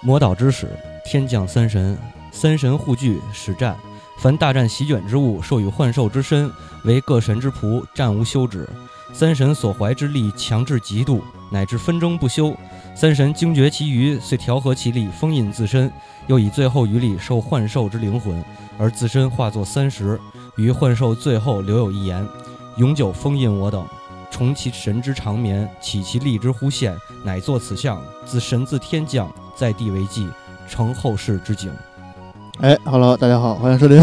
魔岛之始，天降三神，三神护具，使战。凡大战席卷之物，授予幻兽之身，为各神之仆，战无休止。三神所怀之力，强至极度，乃至纷争不休。三神惊觉其余，遂调和其力，封印自身，又以最后余力受幻兽之灵魂，而自身化作三十，于幻兽最后留有一言：永久封印我等，重其神之长眠，起其力之乎现，乃作此相，自神自天降，在地为祭，成后世之景。哎，Hello，大家好，欢迎收听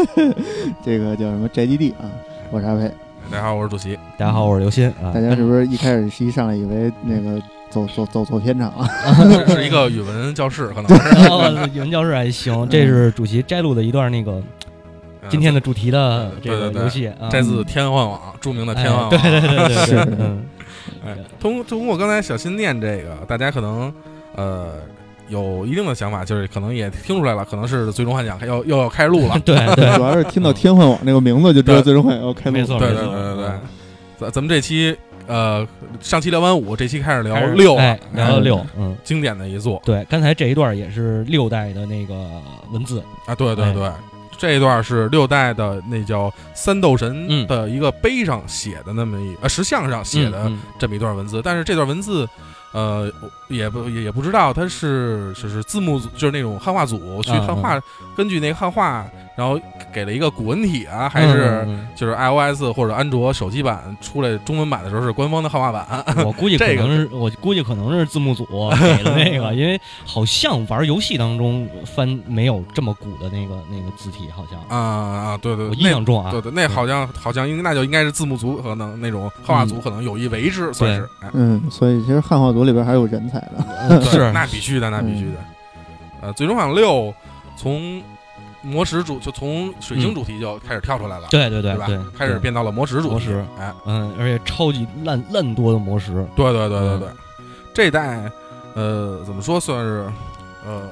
这个叫什么 JDD 啊，哎我是阿飞。大家好，我是主席。大家好，我是刘鑫啊嗯大。家是不是一开始是一上来以为那个走走走走偏场啊？是是一个语文教室，可 能是然后语文教室还行，这嗯是主席摘录的一段那个今天的主题的这个嗯对对对游戏啊，摘自天幻网，著名的天幻网。哎对对对对是对，嗯。哎通通过刚才小新念这个，大家可能呃有一定的想法，就是可能也听出来了，可能是最终幻想要又要开录了 对对 嗯主要是听到天幻网这个名字就知道对最终幻想要开没录错对了。对没对错对对嗯，咱咱们这期呃上期聊完五，这期开始聊开始六啊哎了，聊到六，嗯，经典的一作对，刚才这一段也是六代的那个文字，啊，对对哎对。这一段是六代的那叫三斗神嗯的一个碑上写的那么一呃石像上写的嗯这么一段文字，但是这段文字，呃，我也不也也不知道它是是是字幕组，就是那种汉化组去嗯汉化，根据那个汉化，然后给了一个古文体啊，嗯还是嗯就是 iOS 或者安卓手机版出来中文版的时候是官方的汉化 版，嗯我估计可这个能是我估计可能是字幕组给的那 个，因为好像玩游戏当中翻没有这么鼓的那个那个字体，好像啊啊，对对我对，印象中啊那，对对，那好像好像应那就应该是字幕组可能那种汉化嗯组可能有意为之，算是，哎嗯，所以其实汉化组里边还是有人才 的。嗯对 是嗯那必须的，那必须的。呃，最终幻想六从魔石主就从水晶主题就开始跳出来了。对对对对吧？对，开始对变到了魔石主题魔石哎，嗯，而且超级烂烂多的魔石，对对对对嗯对，这一代，呃，怎么说算是，呃，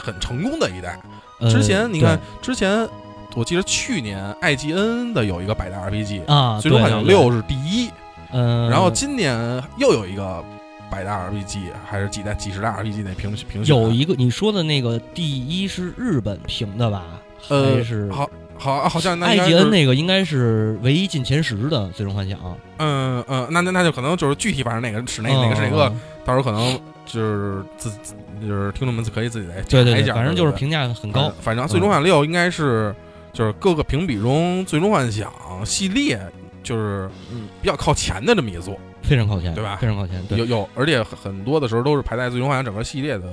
很成功的一代。呃之前你对看，之前我记得去年 IGN 的有一个百大 RPG，啊，最终对幻想，六是第一，嗯，然后今年又有一个百大 RPG，还是几代几十大 RPG 那评评选有一个你说的那个第一是日本评的吧？呃还是好好好像那艾应该吉恩是那个应该是唯一进前十的《最终幻想》。嗯嗯，那那那就可能就是具体反正哪个是哪个哪个是哪个，嗯到时候可能就是自自就是听众们可以自己来对查对一对，下，反正就是对评价很对高。嗯反正《最终幻想六》应该是就是各个评比中《最终幻想》系列就是嗯比较靠前的这么一座，非常靠前，对吧非常靠前，对有有，而且很很多的时候都是排在《最终幻想》整个系列的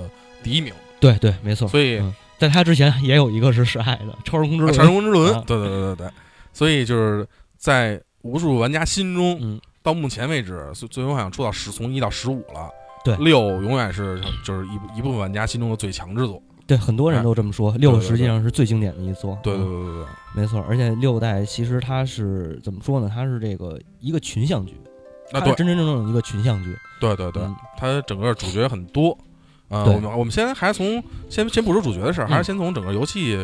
第一名，对对，没错。所以嗯在他之前也有一个是示爱的《超时空之啊轮《传》说之轮啊》对对对对对，所以就是在无数玩家心中，嗯，到目前为止，最最终幻想出到十，从一到十五了。对六永远是就是一部一部分玩家心中的最强之作。对，很多人都这么说。啊对六对实际上是最经典的一座，对对嗯，对对对，没错。而且六代其实它是怎么说呢？它是这个一个群像剧，那它是啊对真真正正的一个群像剧。对对对嗯，它整个主角很多。呃，对我们我们先还是从先先不说主角的事儿，嗯还是先从整个游戏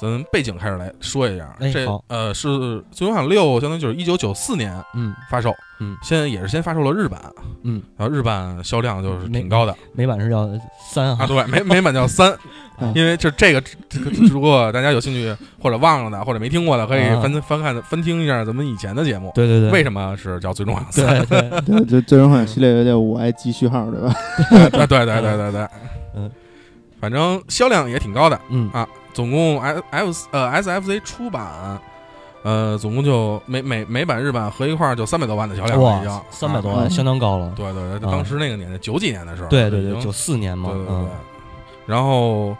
咱背景开始来说一下。哎这好呃是《最终幻想六》，相当于就是一九九四年嗯，发售，嗯，先也是先发售了日版，嗯，然后日版销量就是没挺高的，美版是叫三啊，哈，对，美美版 叫三嗯，因为就这个，这个如果大家有兴趣或者忘了的，或者没听过的，可以啊翻翻看翻听一下咱们以前的节目。对对对，为什么是叫最终幻 想三？啊对对，对，就最终幻想系列有点五 I G 序号对吧？对对对对对对对，嗯，反正销量也挺高的，嗯啊总共 F F 呃 SFC 出版。呃，总共就美美美版、日版合一块儿就三百多万的销量了，已经哇，三百多啊万，相当高了。对对对，啊当时那个年代，九几年的时候，对对对已经，九四年嘛，对对对嗯，然后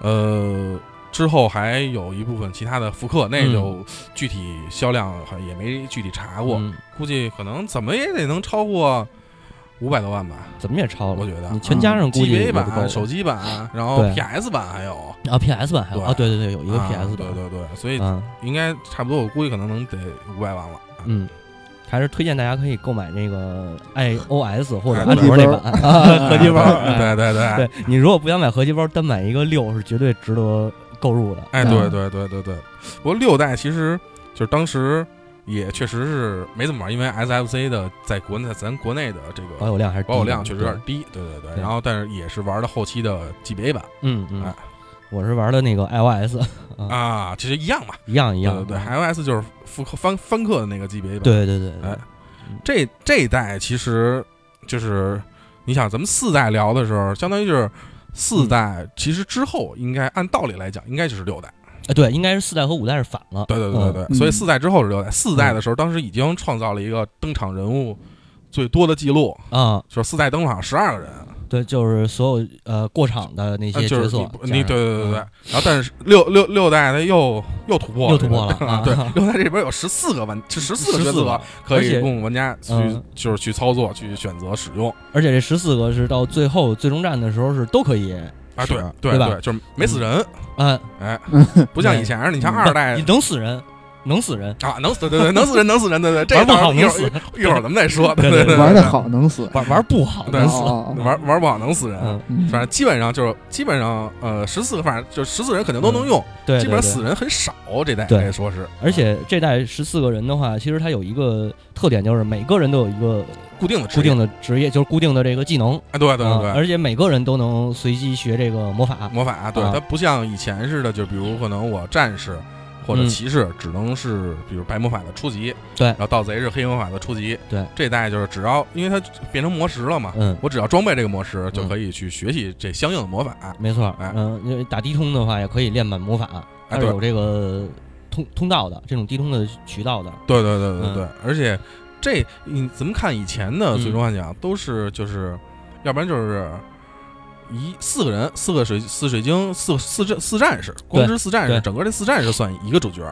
呃，之后还有一部分其他的复刻，那嗯就具体销量好像也没具体查过，嗯估计可能怎么也得能超过五百多万吧。怎么也超了，我觉得嗯你全加上估计也 GBA 不够版、手机版，然后对 PS 版还有啊，PS 版还有对啊，对对对，有一个啊 PS 版对，对对，所以嗯应该差不多，我估计可能能得五百万了。嗯，还是推荐大家可以购买那个 iOS 或者哎安卓那版 啊，合集包。哎对对对，对你如果不想买合集包，单买一个六是绝对值得购入的。哎，嗯对对对对对。不过六代其实就是当时，也确实是没怎么玩，因为 SFC 的在国内咱国内的这保个有量还是呃低保有量的确实有点低，对对对。对然后但是也是玩了后期的 GBA 版嗯嗯哎，我是玩的那个 iOS，啊，其实一样嘛，一样嗯一对样，嗯对对，iOS 就是复刻翻翻刻的那个 GBA 版，对对对对哎，这这一代其实就是你想，咱们四代聊的时候，相当于就是四嗯代，其实之后应该按道理来讲，应该就是六代。哎对，应该是四代和五代是反了，对对对对嗯对，所以四代之后是六代。四代的时候，当时已经创造了一个登场人物最多的记录，对啊，就是四代登场十二个人，对，就是所有呃过场的那呃些就角是色你，不你对对对对。嗯然后，但是六六六代它又又突破了，又突破了这个啊 对，六代这边有十四个玩，十四个角14色个可而以且供玩家去嗯就是去操作、去选择使用。而且这十四个是到最后最终战的时候是都可以，啊，是对对对吧就是没死人，嗯， 哎，不像以前，你像二代你能死人，能死人，啊，能死，对对，能死人，能死人，对对，这玩不到时候好一能会死儿，一会儿咱们再说，对对对玩的，好能死，玩玩不好对啊能死，哦哦哦玩玩不好能死人，嗯，嗯反正基本上就是基本上呃十四个，反正就十四人肯定都能用，嗯对，基本上对对死人很少，这代对可以说是，而且这代十四个人的话，其实它有一个特点，就是每个人都有一个啊固定的固定的，的职业，就是固定的这个技能。哎，对对啊对对。而且每个人都能随机学这个魔法。魔法，对啊它不像以前似的，就比如可能我战士或者嗯骑士只能是比如白魔法的初级，对然后盗贼是黑魔法的初级，对，这代就是只要因为它变成魔石了嘛，嗯，我只要装备这个魔石，就可以去学习这相应的魔法。没错。哎嗯，因为打低通的话也可以练满魔法，它是对有这个通通道的，这种低通的渠道的。对对对对对，嗯而且这你咱们看以前的嗯《最终幻想》都是就是，要不然就是一四个人，四个水四水晶，四四战四战士，光之四战士，对整个这四战士算一个主角。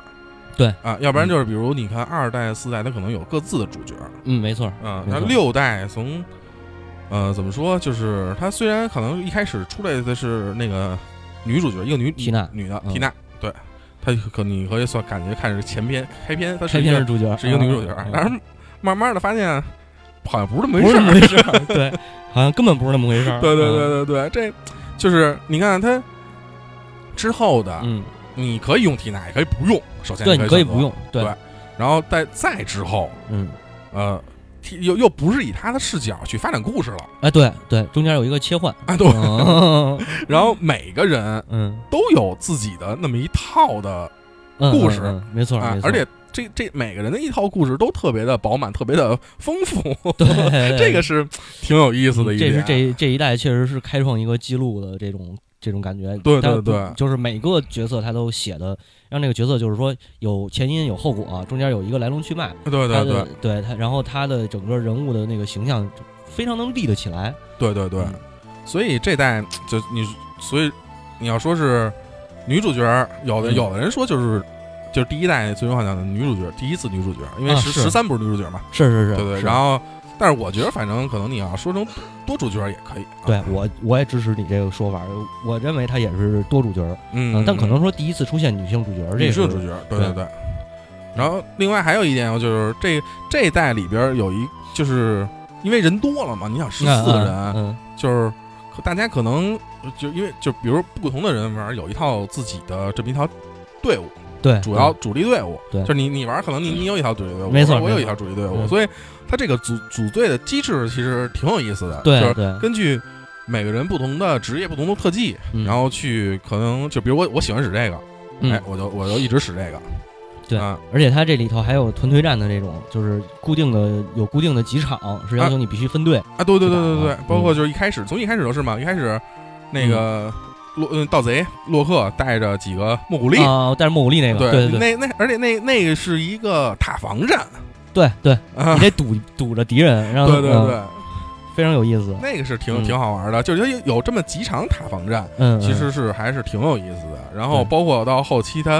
对啊，要不然就是比如你看二代、四代，它可能有各自的主角。嗯，没错。嗯，没那错六代从。呃，怎么说？就是它虽然可能一开始出来的是那个女主角，一个女缇娜女的嗯缇娜，对，她可你可以算感觉看是前篇开篇，它是开一篇个是主角，是一个女主角啊，但是慢慢的发现好像不是那么不是回事那儿。么回事儿。对，好像根本不是那么回事儿。 对对嗯。对对对，这就是你看他之后的，嗯，你可以用缇娜，也可以不用。首先对，你可以选择不用。对，啊对然后再再之后，嗯，呃，提又又不是以他的视角去发展故事了哎，对对，中间有一个切换。啊，对。 嗯然后每个人嗯，都有自己的那么一套的嗯故事嗯嗯没错，啊没，错而且这这每个人的一套故事都特别的饱满，特别的丰富。对对对 这个是挺有意思的一这点。是啊这这一代确实是开创一个记录的这种这种感觉。对对但对就是每个角色他都写的，让这个角色就是说有前因有后果、啊中间有一个来龙去脉。对对他对的，对他，然后他的整个人物的那个形象非常能立得起来。对对对，嗯所以这代就你，所以你要说是女主角儿，有的、嗯有的人说就是就是第一代《最终幻想》的女主角，第一次女主角，因为啊十是十三不是女主角嘛，是是是，对对。是然后，但是我觉得反正可能你要说成多主角也可以，对啊，我我也支持你这个说法，我认为他也是多主角，嗯，啊但可能说第一次出现女性主角，这女性个主角，对对对对。然后另外还有一点，就是这这一代里边儿有一就是因为人多了嘛，你想十四个人，嗯就是可大家可能呃就因为就比如不同的人玩有一套自己的这么一套队伍，嗯对，主要嗯主力队伍，对就是你你玩可能你你有一套主力队伍，没错我我有没错一套主力队伍，嗯所以它这个组组队的机制其实挺有意思的，就对是对，根据。每个人不同的职业、不同的特技，嗯然后去可能就比如我我喜欢使这个，嗯哎，我就我就一直使这个，对啊，而且它这里头还有团队战的这种，就是固定的有固定的几场，是要求你必须分队。啊，对对对对对是嗯对吧，包括就是一开始，从一开始都是嘛，一开始那个洛嗯盗贼洛克带着几个莫古力啊，但是莫古力那个，对对那那而且那那个是一个塔防战对对，啊你，得堵堵着敌人，让对他对嗯对，非常有意思。那个是挺嗯挺好玩的，就是有有这么几场塔防战，嗯，其嗯实是还是挺有意思的。然后对包括到后期他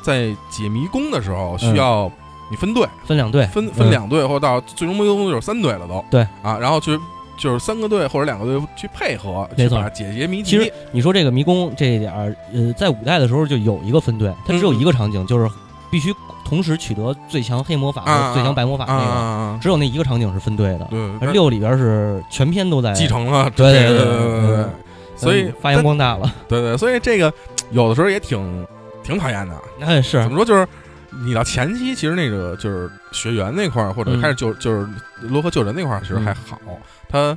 在解迷宫的时候嗯需要你分队，分两队，分分嗯，两队，或者到最终迷宫就是三队了都，对啊，然后去。就是三个队或者两个队去配合，没去错把解决谜嗯其题实。你说这个迷宫这一点儿，呃，在五代的时候就有一个分队，它只嗯有一个场景，就是必须同时取得最强黑魔法啊和最强白魔法啊啊那个，啊！啊只有那一个场景是分队的。对，而它六里边是全篇都在继，承了对这对个对对对对对，所以嗯发扬光大了。对对，所以这个有的时候也挺挺讨厌的。哎那是怎么说，就是你到前期，其实那个就是学员那块儿，或者嗯开始救、就是罗合救人那块儿，其实还好，他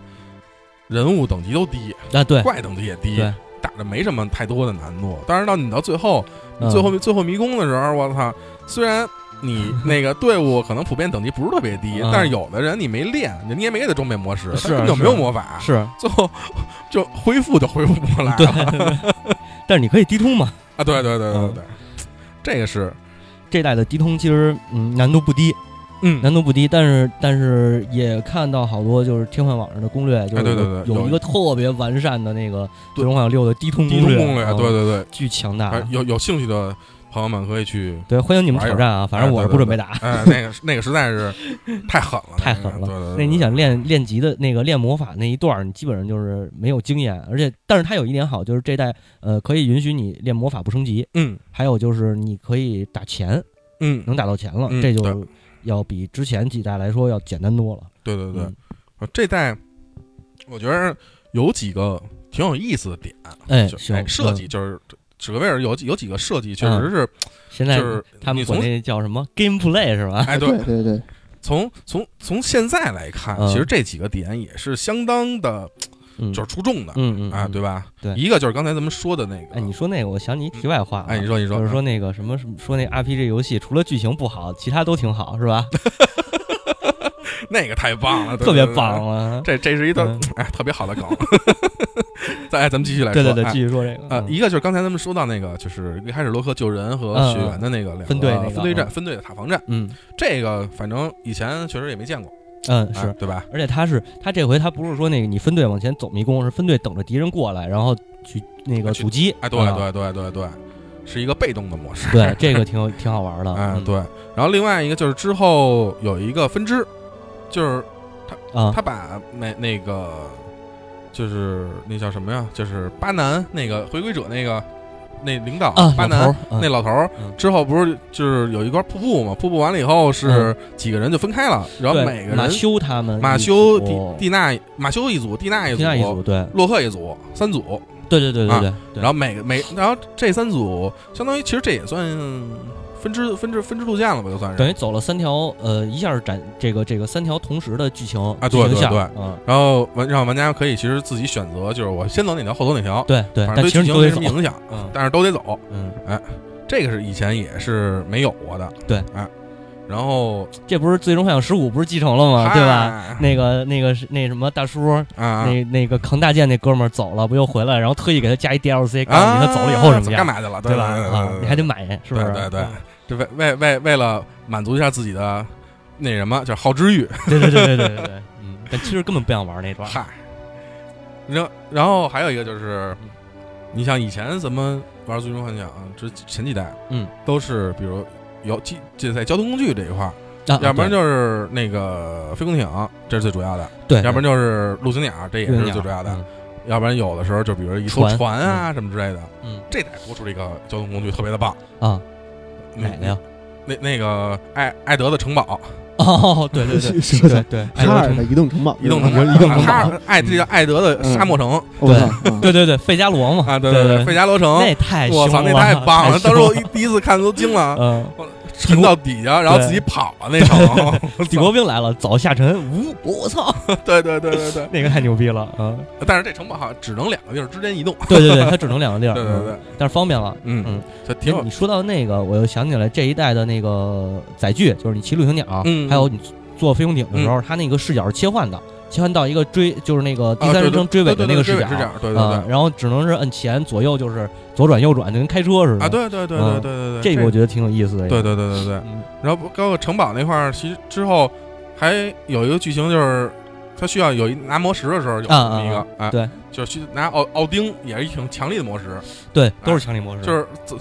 人物等级都低，啊，对怪等级也低对，打的没什么太多的难度。但是到你到最后，嗯最后最后迷宫的时候，我操！虽然你那个队伍可能普遍等级不是特别低嗯，但是有的人你没练，你也没给他装备魔石，他是根本就是没有魔法，是，最后 就恢复都恢复不过来对了 但是你可以低通嘛，啊！对对对对嗯对，这个是这代的低通其实嗯难度不低，嗯难度不低，但是但是也看到好多就是天幻网上的攻略，就是哎对对对有有一个特别完善的那个《最对终幻想六》的低通低通攻攻略，啊对对对，巨强大啊哎。有有兴趣的朋友们可以去。对，欢迎你们玩一挑玩战啊！反正哎我是对不对准备打。哎，那个那个实在是太狠了，太那个狠了对对对，那你对想练练级的那个练魔法那一段儿，你基本上就是没有经验，而且但是它有一点好，就是这代呃可以允许你练魔法不升级，嗯还有就是你可以打钱，嗯，能打到钱了，嗯这对就要比之前几代来说要简单多了。对对对嗯，呃这代我觉得有几个挺有意思的点，哎，就行哎，设嗯计就是史格威尔有几有几个设计确实是现在就是他你们管从那叫什么 gameplay 是吧？哎对对对对，从从从现在来看，嗯其实这几个点也是相当的嗯，就是出众的嗯嗯啊，对吧？吧？对一个就是刚才咱们说的那个，哎，你说那个，我想起题外话啊、哎你说你说就是说那个什么什么，说那 RPG 游戏除了剧情不好，其他都挺好，是吧？那个太棒了，对特别。对对棒啊！这这是一段嗯哎特别好的梗， 再哎咱们继续来说，对对对，哎继续说这个啊，嗯一个就是刚才咱们说到那个，就是一开始罗克救人和嗯学员的那个两个分队那个分队嗯战、分队的塔防战，嗯这个反正以前确实也没见过，嗯啊是，对吧？而且他是他这回他不是说那个你分队往前走迷宫，是分队等着敌人过来，然后去那个去阻击。哎，对啊对对对对，是一个被动的模式。对，这个挺有挺好玩的。哎，嗯对。然后另外一个就是之后有一个分支，就是啊他把那那个就是那叫什么呀？就是巴南那个回归者那个那领导啊，巴老头南儿嗯那老头儿嗯之后不是就是有一块瀑布嘛？瀑布完了以后是几个人就分开了，然后嗯对每个马人修他们一组，马修、蒂蒂娜、马修一组，蒂娜一蒂娜一组，组，对洛克一组，三组。对对对对啊对。对然后每个每然后这三组相当于其实这也算分支分支分支路线了吧，就算是。等于走了三条，呃，一下展这个这个三条同时的剧情对剧情对线对嗯，然后玩让玩家可以其实自己选择，就是我先走哪条后走哪条，对对，反但正其实剧你情都没得什走么，影响，嗯但是都得走。嗯，这个是以前也是没有过的。对，哎，然后这不是最终幻想十五不是继承了吗？哦对吧？吧？那个那个是那什么大叔，啊，那那个扛大剑那哥们儿走了，不又回来，然后特意给他加一 DLC，告诉啊，你他走了以后什么干样，嘛去了？对吧？对对啊对，你还得买，是不是？对对啊这为为为为了满足一下自己的那什么，叫好之欲，对对对对对对对，嗯，但其实根本不想玩那段， 嗨。然然后还有一个就是，你像以前咱们玩《最终幻想》之前几代，嗯，都是比如有这这在交通工具这一块儿，啊要不对然就是那个飞空艇，这是最主要的；对，要不然就是陆行鸟，这也对是最主要的；，要不然有的时候就比如一艘嗯船船啊什么之类的。嗯这代多出了一个交通工具，特别的棒，嗯啊，嗯哪个呀？？那那个艾艾德的城堡，哦，对 对对是对对，哎哈尔的移动城堡，移动城城堡，移动城哈堡，尔嗯艾这叫艾德的沙漠城我操，啊对对对，费加罗嘛啊，对嗯对对，费加罗城，那太我凶操，那了 太棒了！太当时我凶一第一次看都惊了，嗯，沉到底下，然后自己跑了那城，我帝操国兵来了，早下沉，呜，我操，对对对对对。那个太牛逼了啊！ 但是这城堡好像只能两个地儿之间移动，对对对，它只能两个地儿， 对对对嗯，但是方便了。嗯嗯，这其挺实有你说到那个，我又想起来这一代的那个载具，就是你骑陆行鸟，嗯还有你坐飞空艇的时候，它那个视角是切换的，切换到一个追，就是那个第啊三对人称追尾的对那对个对视追角尾视角，对对啊对，然后只能是摁前左右，就是左转右转，就跟开车似的啊，，对对对对对对对，嗯这个我觉得挺有意思的。对对对对对。嗯，然后包括城堡那块儿，其实之后还有一个剧情就是。他需要有一拿魔石的时候有这么一个啊，哎，对，就是去拿奥奥丁，也是一挺强力的魔石，对，都是强力模式，哎就是自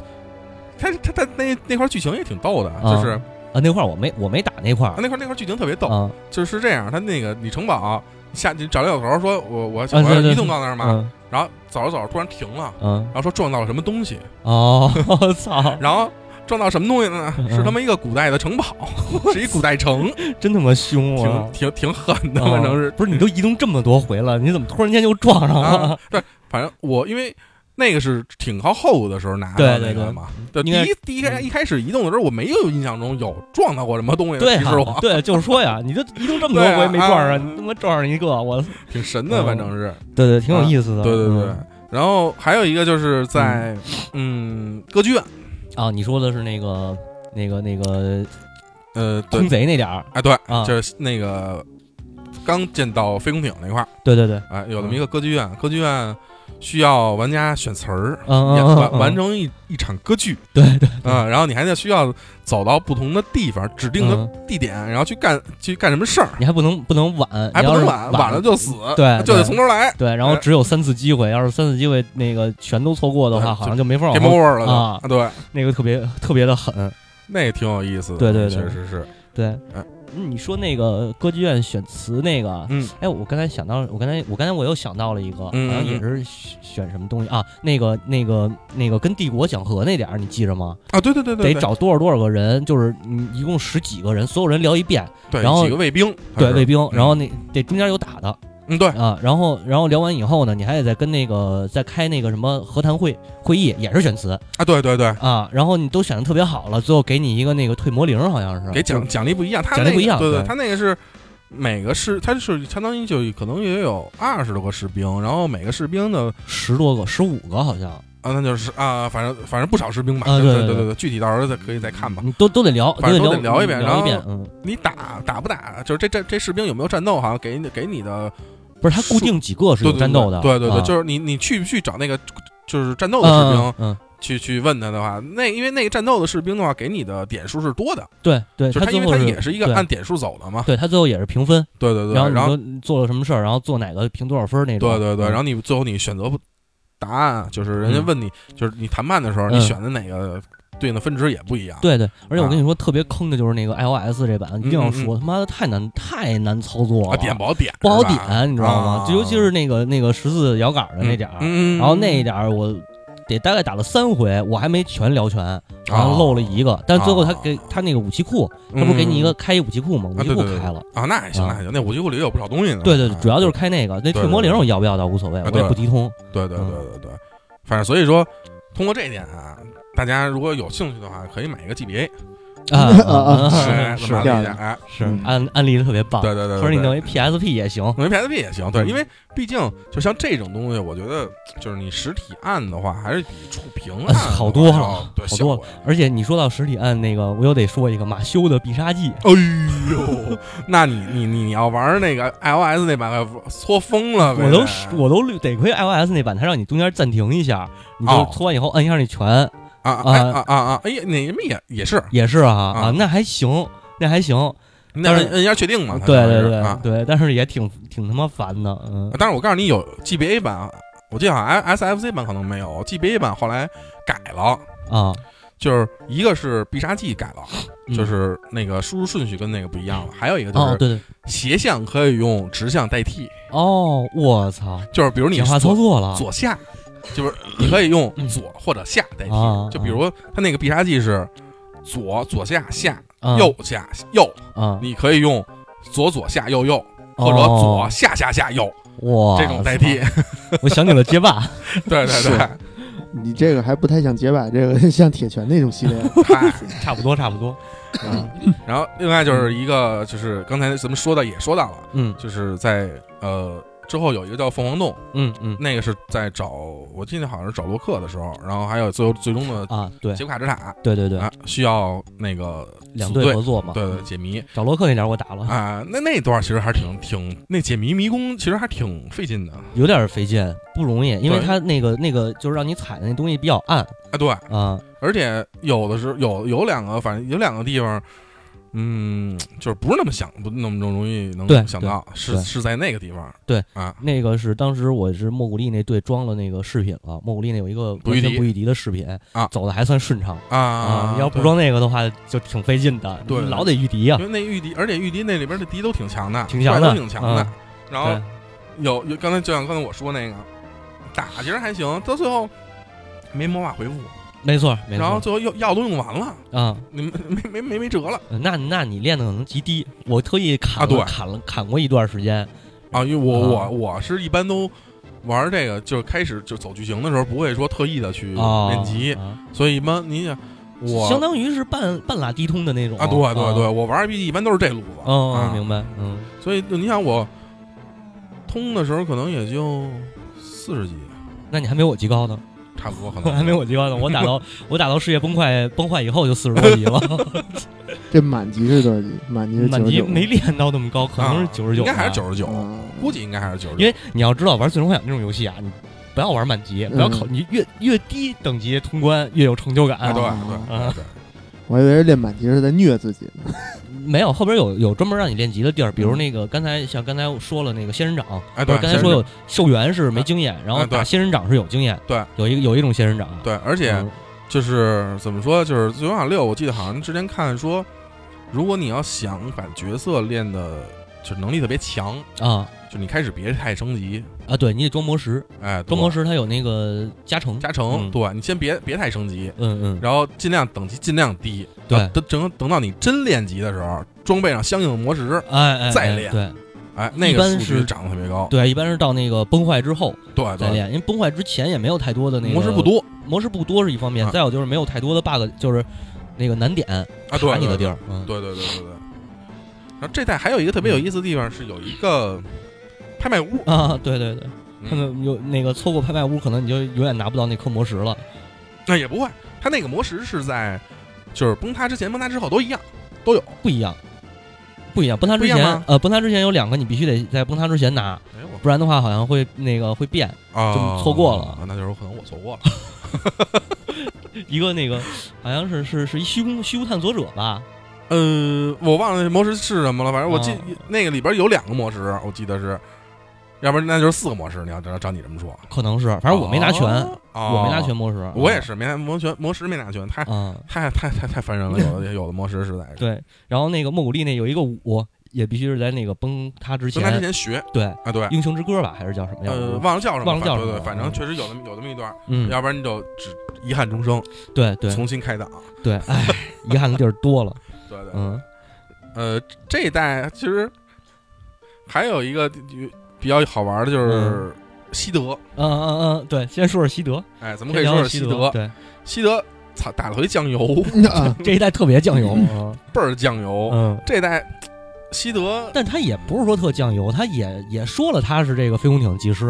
他他他那那块儿剧情也挺逗的，啊就是啊那块儿我没我没打那块儿啊那块儿那块儿剧情特别逗，啊，就是这样，他那个李城堡下你找了老头儿说，我我啊对我要对移动到那儿嘛，嗯然后走着走着突然停了，嗯。然后说撞到了什么东西，哦， 我操，然后撞到什么东西呢？ 嗯是他妈一个古代的城堡， 是一古代城，真他妈凶啊挺！挺挺狠的，啊反正是哦啊不是你都移动这么多回了，你怎么突然间就撞上了啊？对，反正我因为那个是挺靠后的时候拿对的对那对个嘛。对，第应该一第一开嗯一开始移动的时候，我没有印象中有撞到过什么东西， 对其实啊，我对，就是说呀，你这移动这么多对啊回没撞啊上，你他妈撞上一个， 我，挺神的，嗯反正是。对对，挺有意思的。啊对对对嗯。然后还有一个就是在嗯歌剧院，啊，你说的是那个那个那个呃，对空，贼那点儿，哎对啊，就是那个刚见到飞空艇那块儿，对对对，哎，有那嗯么一个歌剧院，歌剧院需要玩家选词儿。嗯演嗯完嗯，完嗯成一一场歌剧，对对啊，然后你还得需要走到不同的地方、指定的嗯地点，然后去干去干什么事儿，你还不能不能晚，还你不要能是晚，晚晚了就死，对就对得从头来，对，然后只有三次机会，要是三次机会那个全都错过的话，对好像就没法往 game 后， over 了就啊对，那个特别特别的狠。那也挺有意思的，对对对啊确实是，对嗯嗯哎，你说那个歌剧院选词那个，嗯，哎，我刚才想到，我刚才我刚才我又想到了一个，好嗯像也是选什么东西啊？那个那个那个跟帝国讲和那点儿，你记着吗？啊，对对对得对，对找多少多少个人，就是你一共十几个人，所有人聊一遍，对然后几个卫兵，对卫兵，兵，然后那得中间有打的嗯，对，啊，然后然后聊完以后呢，你还得再跟那个再开那个什么和谈会会议，也是选词啊，对对对，啊，然后你都选的特别好了，最后给你一个那个退魔铃，好像是给奖就奖励不一样，他奖那励个不一样对对他那个是。每个士，他是相当于就可能也有二十多个士兵，然后每个士兵的十多个十五个好像，啊，那就是啊，反正反正不少士兵吧，啊对对对对对对，具体到时候再可以再看吧。你都都得聊，反正得都得聊一遍聊一遍然，嗯，你打打不打，就是这这这士兵有没有战斗，好像给你给你的不是他固定几个是有对对战斗的，对对对，啊就是你你去不去找那个就是战斗的士兵嗯嗯，去去问他的话，那因为那个战斗的士兵的话，给你的点数是多的，对对，就是他最因为后他是也是一个对按点数走的嘛，对他最后也是评分，对对对，然后然后你说做了什么事儿，然后做哪个评多少分儿那种，对对对，嗯然后你最后你选择不答案，就是人家嗯问你，就是你谈判的时候，嗯你选的哪个对应的分值也不一样，对对，而且我啊嗯跟你说，特别坑的就是那个 iOS 这版，一定要说，他妈的太难太难操作啊，了，点不好点，不好是吧点，你知道吗？啊就尤其是那个那个十字摇杆的那点儿，嗯，嗯然后那一点儿我得大概打了三回，我还没全聊全，啊然后漏了一个，但最后他给他那个武器库，他不是给你一个开一武器库吗？武啊器对库对对开了。哦啊，那还行，啊那还行，那武器库里有不少东西呢。对对，对啊主要就是开那个，那对退魔铃对我要不要倒无所谓，我也对不急 通。对对对嗯对对对，反正所以说，通过这一点啊，大家如果有兴趣的话，可以买一个 GBA，啊啊啊是是这是这么理样解的哎，是嗯，安安利的特别棒，对对对，或者你弄弄一 PSP 也行。弄一 PSP 也行，对，嗯因为毕竟就像这种东西，我觉得就是你实体按的话，还是比触屏按的话哎好多了要对好多效果要而且你说到实体按那个，我又得说一个马修的必杀技，哎呦，那你你你你要玩那个 iOS 那版，搓疯了呗，啊我都我都绿得亏 iOS 那版，它让你中间暂停一下，你就哦搓完以后摁一下那拳，啊啊啊啊啊！哎呀，那什么也也是，也是啊啊啊，那还行，那还行，那但是人家确定嘛？它对就是对对啊对，但是也挺挺他妈烦的，嗯但是我告诉你，有 GBA 版，啊我记得好像 SFC 版可能没有，GBA 版后来改了，啊，就是一个是必杀技改了，嗯就是那个输入顺序跟那个不一样了，还有一个就哦是对对，斜向可以用直向代替，哦我操，就是比如你简化操左作了，左下，就是你可以用嗯左或者下代替啊，就比如它那个必杀技是左左下下嗯右下右，啊，你可以用左左下右右。或者哦左下下下右哇这种代替，操，我想起了街 霸，对对对，你这个还不太像解摆，这个像铁拳那种系列嗨，差不多差不多， 啊。哎然后另外就是一个，就是刚才咱们说的也说到了，嗯就是在呃之后有一个叫凤凰洞，嗯嗯那个是在找我记得好像是找洛克的时候，然后还有最后最终的啊，对杰古卡之塔对对对，啊，需要那个两组队队合。作嘛，对对，解谜找洛克那点儿我打了，啊，那那段其实还是挺挺，那解谜迷宫其实还挺费劲的啊。有点费劲，不容易，因为对它那个那个就是让你踩的那东西比较暗对，啊，而且有的时候有有两个，反正有两个地方，嗯，就是不是那么想，不那么容易对能想对到，是对是在那个地方。对啊，那个是当时我是莫古力那队装了那个饰品了，莫古力那有一个不遇完全敌不遇敌的饰品啊走的还算顺畅啊，要不对装那个的话就挺费劲的，对老得遇敌呀、因为那御敌，而且御敌那里边的敌都挺强的，挺强的怪都挺强的嗯。然后有有，刚才就像刚才我说那个，打其实还行，到最后没魔法回复，对，没错没错，然后最后药药都用完了，啊、你没 没没没没辙了那那你练的可能极低，我特意砍了、啊对砍了砍过一段时间啊！因为我啊我我是一般都玩这个就是开始就走剧情的时候，不会说特意的去啊，练级，啊所以一般你想我相当于是半半拉低通的那种啊，对对对，啊我玩 RPG 一般都是这路子，哦，啊明白，嗯，所以你想我通的时候可能也就四十级，那你还没我级高 呢，差不多可能 啊还没我级高呢，我打 到我打到世界崩坏崩坏以后就四十多级了，这满级是多少级？满级是满级99没练到那么高，可能是啊九十九，应该还是九十九，啊，估计应该还是九十因九。为你要知道玩最终幻想这种游戏啊，你不要玩满级，不要考，你越越低等级通关越有成就哎，感。对啊对啊对对，我还以为是练满级是在虐自己呢。没有后边有有专门让你练级的地儿，比如那个刚才像刚才我说了那个仙人掌，哎不对是，刚才说有兽猿是没经验，然后哎对打仙人掌是有经验，对，有一个有一种仙人掌，对，而且嗯，就是怎么说，就是《最终幻想六》，我记得好像之前看说，如果你要想把角色练的，就是能力特别强，啊就你开始别太升级，啊，对你得装魔石，哎，装魔对石它有那个加成，加嗯成，对你先别别太升级，嗯嗯，然后尽量等级尽量低，对然后等等等到你真练级的时候，装备上相应的魔石，哎哎，再哎练对哎，那一般个数是值涨得特别高，对，一般是到那个崩坏之后对再对，练，因为崩坏之前也没有太多的那个魔石不，多模式不多是一方面，啊再有就是没有太多的 bug，就是那个难点啊，卡对你的地儿，儿，嗯，对对对对对。然后这代还有一个特别有意思的地方是有一个拍卖屋，啊，对对对，嗯他们有那个错过拍卖屋，可能你就永远拿不到那颗魔石了那也不会，它那个魔石是在就是崩塌之前、崩塌之后都一样，都有。不一样，不一样。崩塌之不一前样吗，呃，崩塌之前有两个，你必须得在崩塌之前拿，哎我不然的话好像会那个会变。啊就错过了那就是可能我错过了。一个那个好像是是是一虚空虚无探索者吧？呃，我忘了那魔石是什么了，反正我记、啊那个里边有两个魔石，我记得是，要不然那就是四个魔石。你要照照你这么说，可能是，反正我没拿全，啊我没拿全，魔石，我也是没拿魔全魔石没拿全，太啊。嗯太太太太烦人了，有的有的魔石实在是。对，然后那个莫古力那有一个舞，也必须是在那个崩塌之崩塌之前，前学对，啊，对，英雄之歌吧，还是叫什么呀？呃，我忘了叫什么，忘了叫反什么对了对，反正确实有那么有那么一段，嗯，要不然你就只遗憾终生，对对重新开档。对，哎，遗憾的地儿多 了，对对，嗯呃，这一代其实还有一个比较好玩的就是西德，嗯嗯嗯，对，先说说西德，哎，咱我们可以说说西德，德。对，西德操打了回酱油， 啊，这一代特别酱油，嗯倍儿酱油。嗯，这代西德，但他也不是说特酱油，他也也说了他是这个飞空艇技师，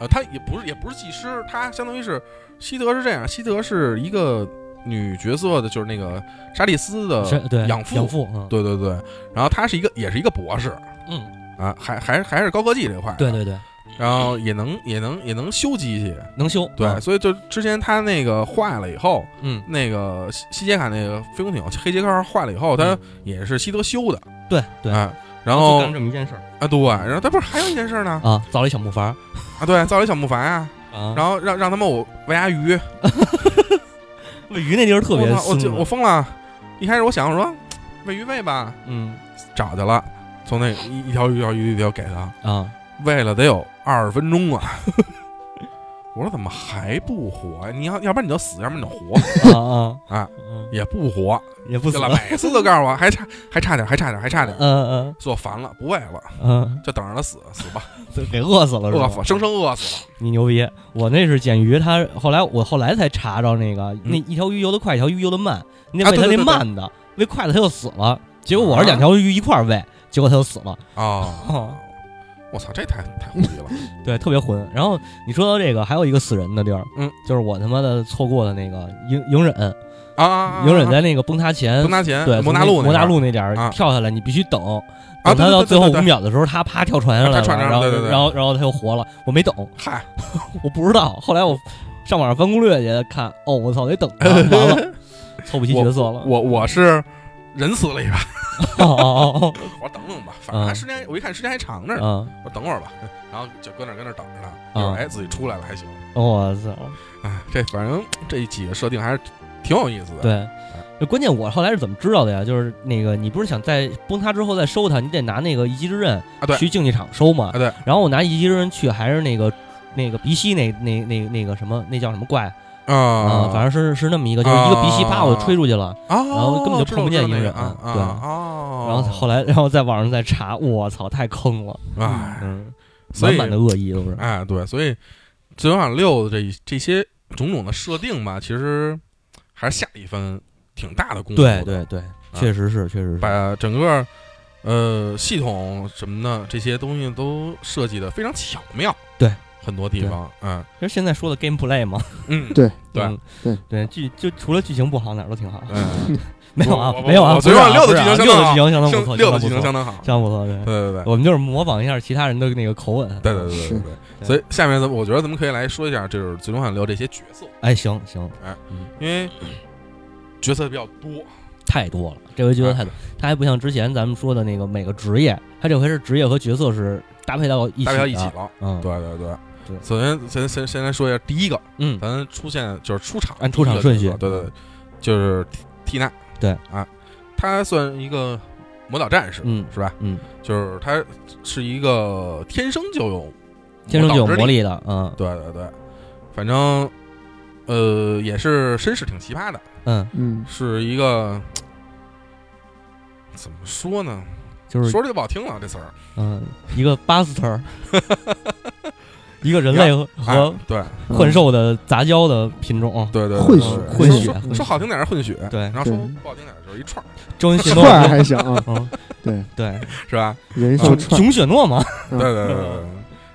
呃，他也不是也不是技师，他相当于是西德是这样，西德是一个女角色的，就是那个莎莉丝是的对呃养父。养父，嗯对对对，然后他是一个，也是一个博士嗯，啊，还还还是高科技这块，对，对对，然后也能也能也能修机器，能修，对，嗯所以就之前他那个坏了以后，嗯，那个西西杰卡那个飞空艇黑杰克号坏了以后，他也是西德修的，对嗯对，啊。然就后干了这么一件事儿啊，对，然后他不是还有一件事呢？啊，造了一小木筏啊，对，造了一小木筏呀，啊，然后让让他们我喂鸭鱼，喂鱼那地儿特别我操我就松啊我疯了。一开始我想我说喂鱼喂吧，嗯找去了，从那一一条鱼一条鱼一条给他，啊，喂了得有二十分钟啊。 我说怎么还不活呀？你要要不然你就死，要不然你就活，啊啊啊，嗯也不活。也不死对了，了，每次都告诉我还差还差点，还差点，还差点嗯，嗯所以我烦了，不喂了，嗯，就等着他死死吧，嗯 给饿死了是吧饿死，生生饿死你牛逼！我那是捡鱼，它后来我后来才查着那个，那一条鱼游得快，一条鱼游得慢，你得嗯啊喂它那对对对慢的，喂快的它就死了。结果我是啊两条鱼一块儿喂，结果它就死了。啊！哦哦我操，这太太胡逼了，对，特别混。然后你说到这个，还有一个死人的地儿，嗯，就是我他妈的错过的那个隐隐忍，啊啊！啊隐忍在那个崩塌前蒙，达前对，摩纳从那路那摩边纳儿路那点儿啊跳下来，你必须等，啊，等对他对到对最后对五对对秒的时候，他啪跳船上来啊他了，船上然后对对对啊然后然后他又活了，我没懂，嗨，我不知道。后来我上网上翻攻略去看，哦，我操，得等着完了，凑不齐角色了。我我是人死了一半， 哦哦哦 我说等等吧，反正还时间我一看时间还长着哦，呢，啊！我等会儿吧，然后就搁那儿搁那儿等着呢，嗯一会儿哎自己出来了还行，哦我操，哎，这反正这几个设定还是挺有意思的，啊对，就关键我后来是怎么知道的呀？就是那个你不是想在崩塌之后再收它，你得拿那个一击之刃啊对去竞技场收嘛。啊对，然后我拿一击之刃去，还是那个那个鼻息那那那那个什么那叫什么怪啊啊？反正是是那么一个，就是一个鼻息啪我就吹出去了。啊，然后根本就知碰不道见知道一个那人个啊对啊，哦然后后来，然后在网上再查，我操，太坑了。哎，嗯，所满以满的恶意都是。哎，对，所以《最终幻想六》的这一这些种种的设定吧，其实还是下了一番挺大的功夫对的。对对，嗯确实是，确实是。把整个呃系统什么的这些东西都设计的非常巧妙。对，很多地方， 嗯其实现在说的 gameplay 嘛， 嗯，对对嗯对对，剧就除了剧情不好，哪儿都挺好。嗯，没有啊我，我没有啊，不我是随便啊六的不是啊剧情六相的剧情相当当不相错，六的剧相当不错情相当好。相当不错，对。对对对。我们就是模仿一下其他人的那个口吻。对对对是对对，所以下面咱们我觉得咱们可以来说一下，就是《最终幻想六》这些角色，哎，行行，因为角色比较多，太多了，这回角色太多，哎他还不像之前咱们说的那个每个职业，他这回是职业和角色是搭配到一起大家的。一起了。嗯，对对对对首先先先先来说一下第一个，嗯，咱出现就是出场按出场第一个角色顺序对对对，就是缇缇娜，对啊，她算一个魔导战士，嗯是吧？嗯，就是她是一个天生就有天生就有魔力，力的，嗯对对对，反正呃也是身世挺奇葩的，嗯，嗯，是一个怎么说呢？就是说这个不好听了，这词儿嗯一个 buster，一个人类哎和，对嗯幻兽的杂交的品种。对对，对混对血对混说血说混说血好听点是混血，对然后说对不好听点就是一串儿，周文雪诺串，儿还行啊，嗯，对，对，是吧？人兽熊串儿，熊雪诺嘛，嗯对对对对对。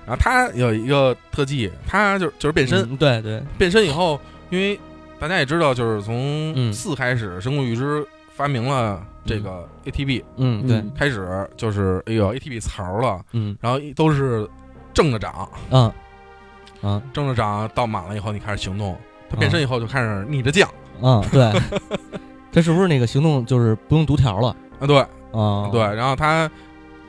然后他有一个特技，他就就是变身，嗯，对对，变身以后，因为大家也知道，就是从嗯四开始，神谷裕之发明了这个 ATB，嗯对，嗯开始就是哎呦 ATB 槽了，嗯然后一都是正着长，嗯嗯正着长到满了以后，你开始行动。他变身以后就开始逆着降嗯，对， 这是不是那个行动就是不用读条了啊，对啊？对，，然后他。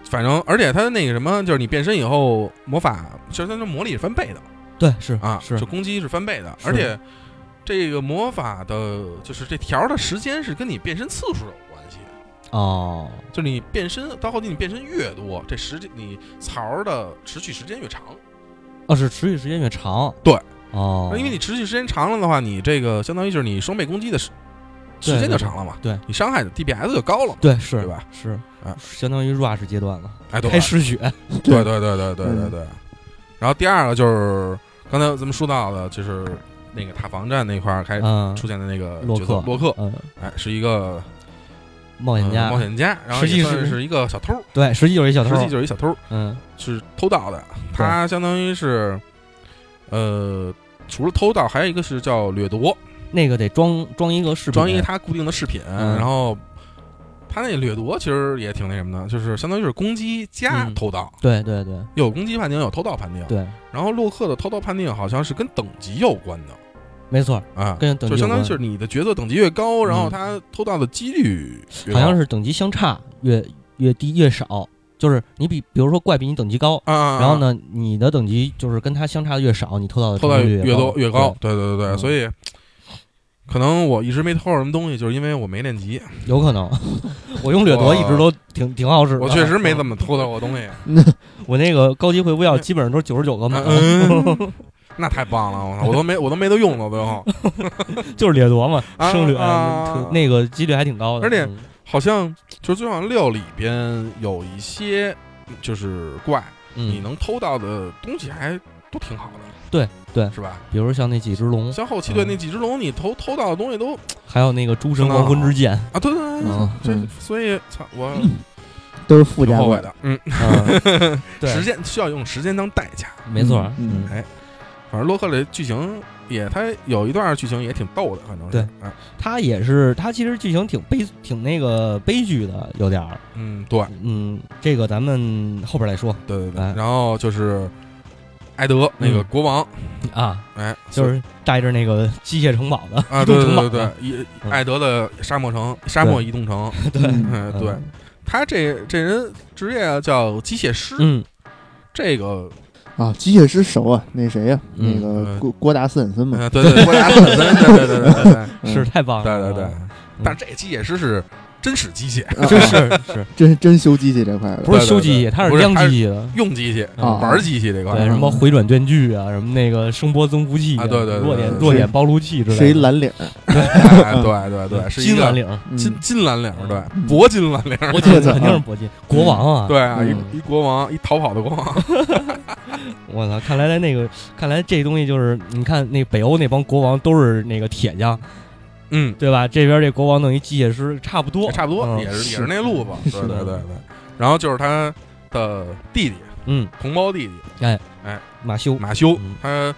反正，而且他那个什么，就是你变身以后，魔法就是他的魔力是翻倍的，对是啊，是就攻击是翻倍的，是而且这个魔法的，就是这条的时间是跟你变身次数有关系。哦，就是你变身到后期，你变身越多，这时间你槽的持续时间越长。哦是持续时间越长，对，哦，因为你持续时间长了的话，你这个相当于就是你双倍攻击的时对时间对就长了嘛，对你伤害的 DPS 就高了嘛，对是对吧？是啊相当于 rush 阶段了，哎，对吧开，失血，对对对对对对嗯对。然后第二个就是刚才咱们说到的，就是那个塔防战那块儿开嗯，出现的那个洛角色克洛克，嗯，哎，是一个冒险家嗯冒，险家，然后实际也算是是一个小偷，对，实际就是一小偷实，际就是一小偷，嗯是偷盗的。他相当于是，呃，除了偷盗，还有一个是叫掠夺，那个得装装一个饰品，装一个他固定的饰品，嗯然后。他那掠夺其实也挺那什么的，就是相当于是攻击加嗯偷盗，对对对又有攻击判定，又有偷盗判定。对，然后洛克的偷盗判定好像是跟等级有关的没错，啊，跟等级就相当于有是关你的角色等级越高，然嗯后他偷盗的几率越好像高是等级相差越越低越少，就是你比比如说怪比你等级高，啊啊，啊然后？呢，你的等级就是跟他相差的越少，你偷到的偷到成功率越高多越高，，对对对对，嗯所以可能我一直没偷着什么东西，就是因为我没练级，对有可能。 我用掠夺一直都挺挺好使的，我确实没怎么偷到过东西， 我那个高级回复药基本上都是九十九个满，嗯， 那太棒了，我操，我都没我都没得用到最后， 就是掠夺嘛，啊胜率啊特那个几率还挺高的，而且嗯好像就是《最后六》里边有一些就是怪，你嗯，能偷到的东西还都挺好的，对对是吧？嗯比如像那几只龙，像后期对嗯那几只龙，你偷偷到的东西都还有那个诸神黄昏之 剑，啊，对对对，嗯这所以操我都是附挺加后悔的，的，嗯，嗯 对，时间需要用时间当代价。没错，嗯嗯哎，反正洛克的剧情也，他有一段剧情也挺逗的，反正是对，啊他也是，他其实剧情挺悲，挺那个悲剧的，有点儿。嗯，对，嗯，这个咱们后边来说对对对。哎然后就是埃德那个嗯国王，啊，哎，就是带着那个机械城堡的啊，移动对对城堡对对的，，一嗯埃德的沙漠城，沙漠移动城，嗯嗯，对嗯他这这人职业叫机械师，嗯，这个，啊，机械师熟啊，那谁呀？嗯那个呃郭郭达斯本森嘛，嗯，对对，郭达斯本森，对对对对 对对嗯是太棒了，对对对，但是这机械师是真实机械，啊这是 是，真真修机器这块的，不是修机对对对器，他不是是量他是机器的，用机械啊玩机器这块对，儿什么回转电锯啊，什么那个声波增幅器啊对对对弱点对弱是点暴露器之是类一的，蓝领儿，哎对对对，是一金蓝个领 儿，嗯金金蓝领儿，对嗯，铂金蓝领儿，铂金操肯定是铂金，国王啊，对啊，嗯一一国王，一逃跑的国王，我操！看来在那个，看来这东西就是，你看那北欧那帮国王都是那个铁匠，嗯，对吧？这边这国王弄一机械师，差不多，差不多嗯也是也是是那路子，对是对的对对。然后就是他的弟弟，嗯，同胞弟弟马修，马修嗯，他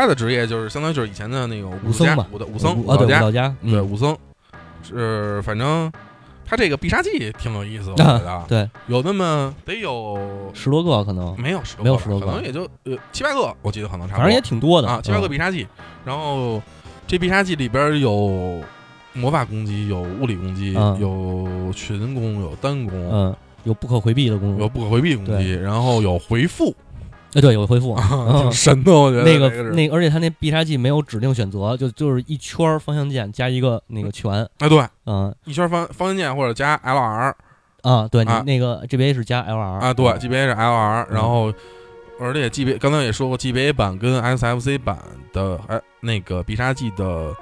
他的职业就是相当于就是以前的那个武武僧家吧武的武僧武啊，对，道武家道家，对嗯，武僧，是反正他这个必杀技挺有意思，我觉得啊 对，有那么得有十多个可能，没有十没有吧十多个可能也就呃七八个，我记得可能差不反多，正也挺多的啊七八个嗯必杀技。然后这必杀技里边有魔法攻击，有物理攻击，嗯有群攻，有单攻，嗯，有不可回避的功能有，不可回避攻击，对然后有回复，哎，对，有回复，嗯挺神的，我觉得那个个是那个，而且他那必杀技没有指定选择，就就是一圈儿方向键加一个那个拳，啊对，嗯一圈方方向键或者加 L R 啊，对你啊那个 GBA 是加 LR 啊，对，G B A 是 L R，然嗯后。而且 G B 刚才也说过，G B A 版跟 S F C 版的哎那个必杀技的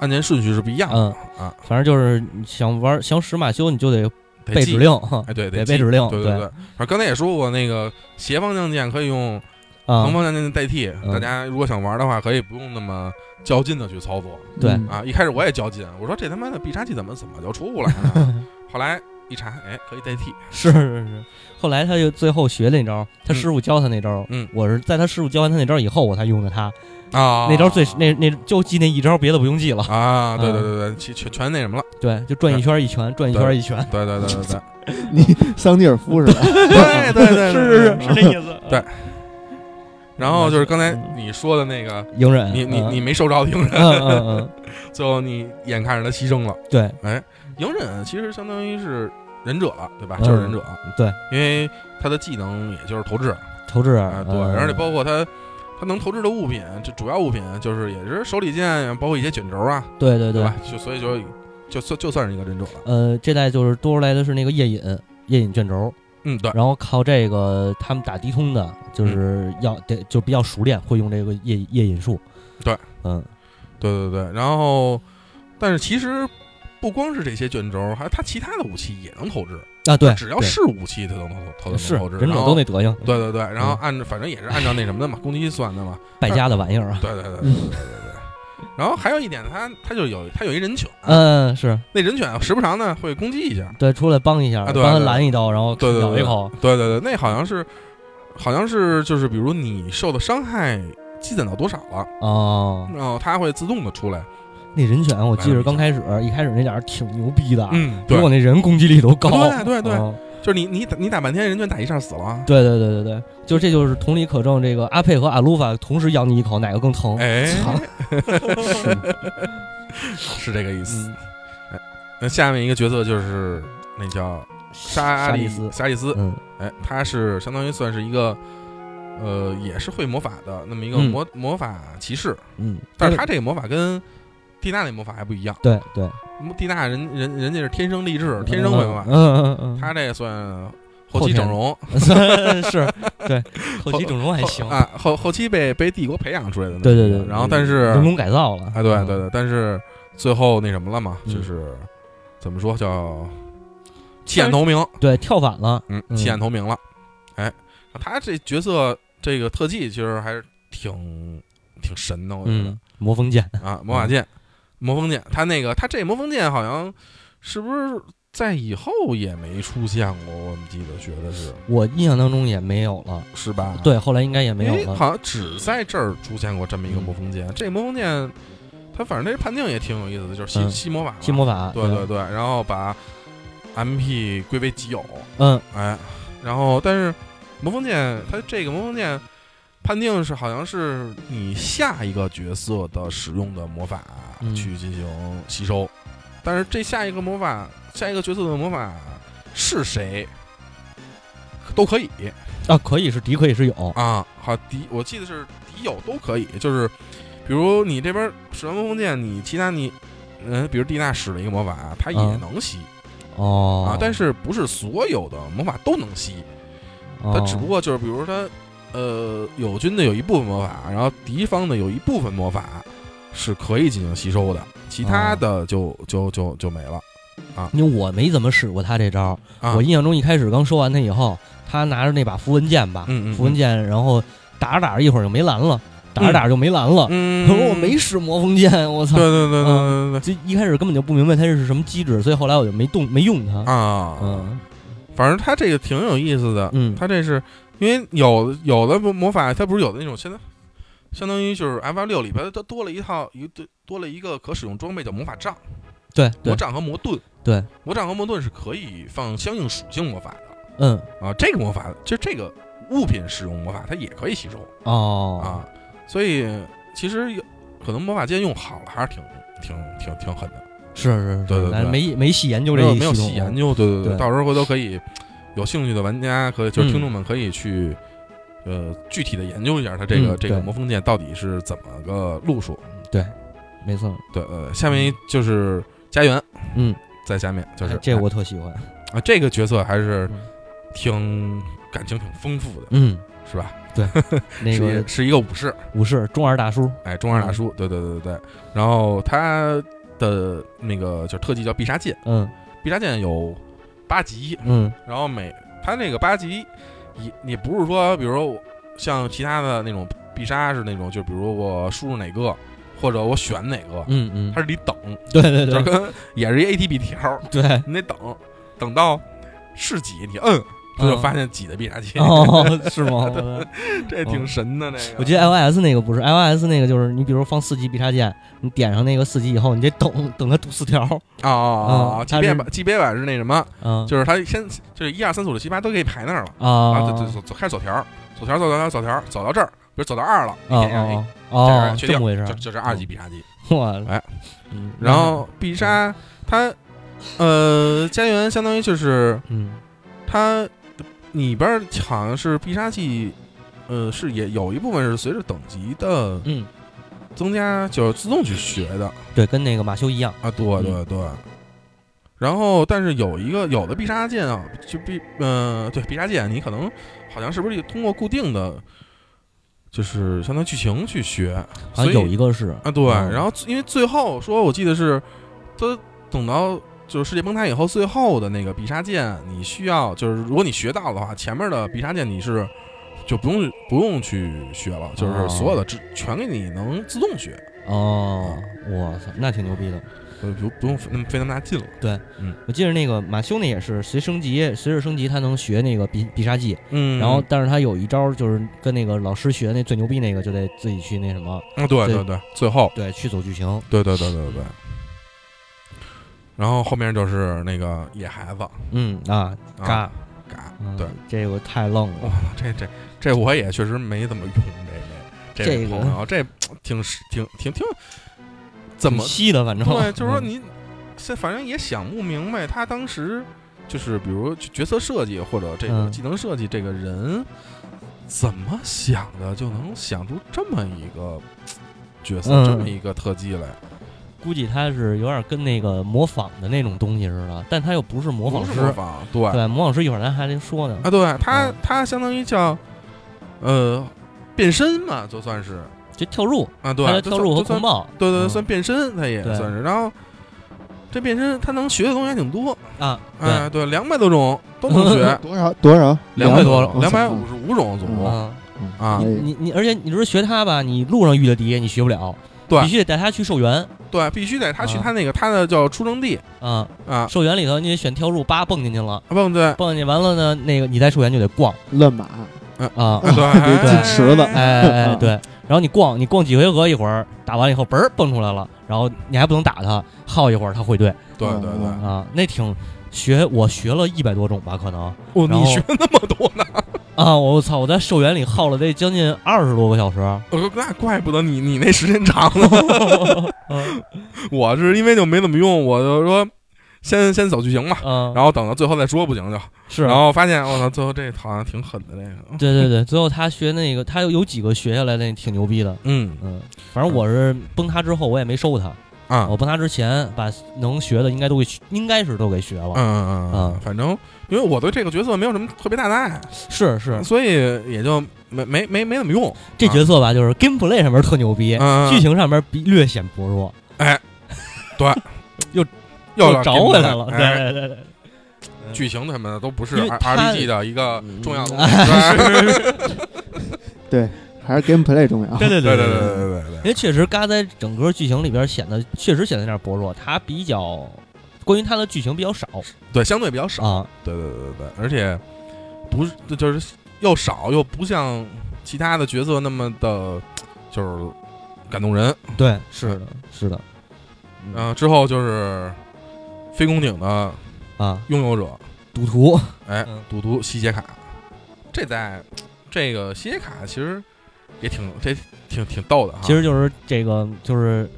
按键顺序是不一样的、啊，嗯反正就是你想玩想使马修，你就得得背记指令，哎，对，得记背指令对对对。反正刚才也说过，那个斜方向键可以用横啊，方向键代替。嗯大家如果想玩的话，可以不用那么较劲的去操作对嗯啊。一开始我也较劲，我说这他妈的必杀技怎么怎么就出 来了？后来一查，哎，可以代替。是是是。后来他就最后学那招，他师傅教他那招，嗯我是在他师傅教完他那招以后，我才用的他啊，那招最那那就记那一招，别的不用记了。啊，对嗯对对对，其全全那什么了？对，就转一圈一拳，转一圈一拳，对对对对对桑吉尔夫是吧？对对对对，是是 是对是那意思。对嗯，然后就是刚才嗯你说的那个， 隐忍，你你嗯你没收着的影 嗯嗯人，嗯，最后你眼看着他牺牲了。嗯对哎，隐忍其实相当于是忍者了，对吧？嗯就是忍者，对，因为他的技能也就是投掷投掷啊，对，嗯而且包括他他能投掷的物品，这主要物品就是也是手里剑呀，包括一些卷轴啊，对对吧？就所以就就算就算是一个忍者了。呃，这代就是多出来的是那个夜引，夜引卷轴，嗯，对，然后靠这个他们打低通的，嗯就是要得就比较熟练，会用这个夜夜引术。对，嗯，对对对。然后，但是其实不光是这些卷轴，还他其他的武器也能投掷，啊对，只要对是武器，他都能投，他是都能投掷。忍者然都嗯后那德行，对对对，然后按反正也是按照那什么的嘛，攻击算的嘛。败家的玩意儿啊。对对对对对对对。然后还有一点，他他就有他有一人犬，嗯，是那人犬啊时不常呢会攻击一下。对，出来帮一下，啊帮对他对拦一刀，然后对对咬对一口。对对对，那好像是好像是就是比如你受的伤害积攒到多少了，哦，然后它会自动的出来。那人犬我记哎着刚开始一开始那点儿挺牛逼的，啊嗯，比对我，那人攻击力都高。啊对对对嗯就是你你打你打半天人犬打一下死了。对对对对对，就这就是同理可证，这个阿佩和阿鲁法同时咬你一口，哪个更疼？哎，操，嗯是这个意思。嗯，那下面一个角色就是那叫莎莎莉斯，莎莉斯，嗯哎，他是相当于算是一个。呃，也是会魔法的那么一个嗯魔、魔法骑士，嗯，但是他这个魔法跟蒂娜那魔法还不一样。对对蒂娜人人人家是天生丽质，天生会魔法，嗯嗯嗯，他这算后后期天整容，嗯 是对 后期整容还行后，啊，后后期被被帝国培养出来的那么对一个，对对，然后但是人工改造了，啊，对对嗯，对，但是最后那什么了嘛，嗯就是怎么说叫弃暗投明，对跳反了，嗯，嗯弃暗投明了。哎，他这角色这个特技其实还是挺挺神的，我觉嗯，魔封剑，得啊，魔法剑，魔风剑，他那个他这魔风剑好像是不是在以后也没出现过？我们记得觉得是我印象当中也没有了，是吧？对，后来应该也没有因为了，啊嗯好像只在这儿出现过这么一个魔风剑。这魔风剑，它反正这判定也挺有意思的，就是吸嗯吸魔法嘛，新魔法，嗯对对对，然后把 MP 归为己有，嗯，哎，然后但是魔风剑它这个魔风剑判定是好像是你下一个角色的使用的魔法嗯去进行吸收，但是这下一个魔法下一个角色的魔法是谁都可以啊，可以是敌，可以是友，啊，好敌我记得是敌友都可以，就是比如你这边使完魔风剑，你其他你。嗯，比如蒂娜使了一个魔法，它也嗯能吸，哦啊，但是不是所有的魔法都能吸，哦它只不过就是比如说它，呃，友军的有一部分魔法，然后敌方的有一部分魔法是可以进行吸收的，其哦他的就、就就就没了因为我没怎么使过他这招，啊。我印象中一开始刚说完他以后，他拿着那把符文剑吧，嗯嗯嗯符文剑，然后打着打着一会儿就没蓝了，打着嗯打着就没蓝了。嗯可是 我没嗯使魔风剑，我操对！对对对对对就一开始根本就不明白它是什么机制，所以后来我就没动没用它。对啊，嗯反正它这个挺有意思的，嗯它这是因为有有的魔法，它不是有的那种现在。相当于就是 F 六里边它多了一套一多多了一个可使用装备叫魔法杖，对魔对杖和魔盾。对，魔杖和魔盾是可以放相应属性魔法的嗯啊。这个魔法就这个物品使用魔法，它也可以吸收哦啊。所以其实有可能魔法剑用好了还是挺挺挺挺狠的。是是是，对对对咱没没细研究没这有个没有系统细研究，对对对到时候回头可以有兴趣的玩家可以就是嗯听众们可以去。呃，具体的研究一下它这个、嗯这个对魔风剑到底是怎么个路数。没错，对，呃，下面就是家园，嗯，在下面就是、哎这我特喜欢。啊，这个角色还是嗯挺感情挺丰富的，嗯，是吧？那是个一是一个武士，武士中二大叔，哎，中二嗯大叔，对对对对对。然后他的那个就是特技叫必杀剑，嗯必杀剑有八级，嗯然后每他那个八级也也不是说，比如说我像其他的那种必杀是那种，就比如我输入哪个或者我选哪个，嗯嗯他，是得等，对对就对是跟也是一 ATB 条，对。你得等，等到是几你摁，他就发现几的必杀技，嗯哦，是吗？这挺神的那个。我记得 iOS 那个不是 iOS 那个，就是你比如放四级必杀键，你点上那个四级以后，你得等等它读四条，啊啊啊！嗯级它别是版级别版是那什么，嗯，就是他先就是一二三四五六七八都给你排那儿了啊，啊，就就走走开始走条儿，走条儿走条儿走条儿走到这儿，比如走到二了，你啊点上哎啊哦，确这定么回事儿就，就是二级必杀技。 哇，哎嗯，然后必杀它，呃，家园相当于就是嗯它里边儿好像是必杀技，呃，是也有一部分是随着等级的嗯，增加就是自动去学的对，跟那个马修一样，啊，对对对。然后，但是有一个有的必杀剑啊，就必呃，对必杀剑，你可能好像是不是通过固定的，就是相当于剧情去学，好所像以啊有一个是啊，对，嗯然后最因为最后说，我记得是，他等到就是世界崩塌以后，最后的那个必杀剑，你需要就是如果你学到的话，前面的必杀剑你是就不用不用去学了，就是哦所有的只全给你能自动学，哦，我操，那挺牛逼的。呃不不用那么费那么大劲了。我记得那个马修那也是随升级，随着升级他能学那个必必杀技，嗯然后但是他有一招就是跟那个老师学那最牛逼那个，就得自己去那什么，啊，对对对，最后对，去走剧情。对对对对对对。然后后面就是那个野孩子，嗯啊，啊嘎，嘎，嗯对，哦这个太愣哇了。，这这这我也确实没怎么用这位这位这个朋友，这挺是挺挺挺怎么挺稀的？反正 对，就是说嗯你这反正也想不明白他当时就是比如角色设计或者这个嗯技能设计这个人怎么想的，就能想出这么一个角色、嗯这么一个特技来，估计他是有点跟那个模仿的那种东西似的，但他又不是模仿不是师模。仿对对，模仿师一会儿咱还得说呢。啊，对他嗯他相当于叫呃变身嘛，就算是这跳入，啊，对他的，就跳算入和就狂算暴，对对，对嗯算变身，他也对算是。然后这变身他能学的东西还挺多，啊，哎，对，两百多种都 能学，多少多少两百多了两百五十五种总对，共啊，啊你。哎你你，而且你说学他吧，你路上遇的敌你学不了，对必须得带他去兽园对，必须得他去啊他那个他的叫出生地啊，啊，兽园里头你得选跳入，叭蹦进去了，啊不对，蹦进去完了呢，那个你在兽园就得逛乱马，啊，对，进池子哎哎哎，啊对，然后你逛，你逛几回合，一会儿打完以后，嘣儿蹦出来了，然后你还不能打它，耗一会儿它会对对对对，嗯啊，那挺学，我学了一百多种吧，可能哦，然你后学那么多呢， 啊，我操，我在兽园里耗了得将近二十多个小时， 我说那怪不得你你那时间长了，嗯 我是因为就没怎么用，我就说先先走剧情嘛，嗯， 然后等到最后再说不行就，是，啊然后发现我操，最后这好像挺狠的这个，对对对，最后他学那个，他有有几个学下来的挺牛逼的，嗯嗯，反正我是崩塌之后我也没收他，啊，我崩塌之前把能学的应该都给应该是都给学了，嗯嗯嗯，嗯反正因为我对这个角色没有什么特别大的爱，是是，所以也就没没没没怎么用。这角色吧就是 gameplay 上面特牛逼，嗯，剧情上面比略显薄弱，又又找回来了，对哎对对对，剧情什么的都不是因为 R 它 RPG 的一个重要的东西。是对，还是 gameplay 重要。对对对对对对对对对因为确实嘎在整个剧情里边显得确实显得有点薄弱，它比较关于它的剧情比较少对，相对比较少，啊，对对对对对，而且不是就是又少又不像其他的角色那么的，就是感动人。对，是的，是的嗯然后之后就是非公警的啊，拥有者，赌徒，哎嗯，赌徒吸血卡，这在这个吸血卡其实也挺这挺挺逗的哈。其实就是这个就是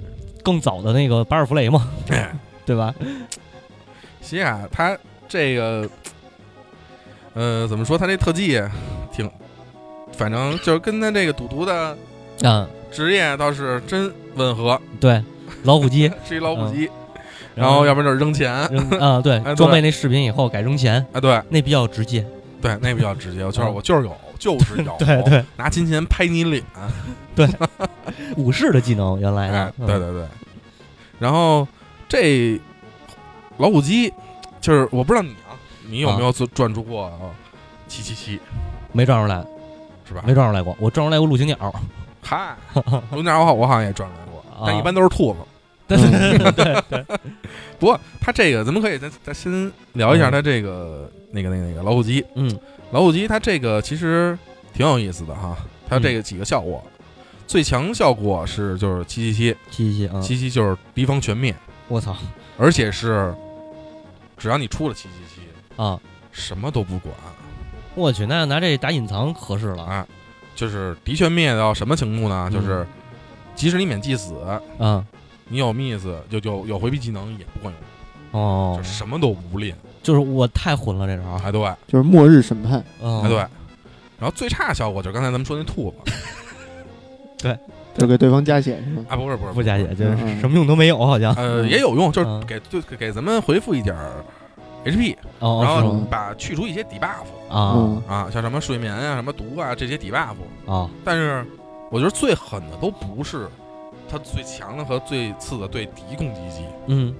更早的那个巴尔弗雷 嘛，对吧？西亚他这个，呃，怎么说？他这特技挺，反正就是跟他这个赌徒的嗯，职业倒是真吻合，对，老虎机，是一老虎机。 然后要不然就是扔钱，嗯扔啊，对 哎，对装备那视频以后改扔钱，哎，对那比较直 接，对，那比较直接，就是嗯，我就是有，就是有 对对，拿金钱拍你脸，武士的技能原来哎的，，对嗯对对。然后这老虎机，就是我不知道你啊，你有没有做转出过啊？七七七没撞出来，哎是吧？没撞出来过，我撞出来过陆行 鸟，嗨，龙鸟我好我好像也转出来过，啊但一般都是兔子。对对对对不过它这个咱们可以咱咱先聊一下嗯它这个、那个那个那个老虎机，嗯老虎机它这个其实挺有意思的哈，它嗯这个几个效果，最强效果是就是七七七七啊七，，七七就是敌方全灭，我操而且是只要你出了七七七，啊！什么都不管我去，那拿这打隐藏合适了啊！啊，就是敌全灭到什么程度呢？嗯就是即使你免祭死，啊你有 miss 就有有回避技能也不管用，哦哦就，什么都不吝就是我太混了这招，啊，对。就是末日审判，嗯啊，对。然后最差效果就是刚才咱们说那兔子就是给对方加血是吗？啊，不是不是不加血是就是什么用都没有，好像呃嗯也有用，就是嗯给就给给咱们回复一点儿 HP，哦，然后是吗把去除一些 debuff 啊嗯，啊，像什么睡眠啊、什么毒啊这些 debuff。啊但是我觉得最狠的都不是它最强的和最次的对敌攻击机，嗯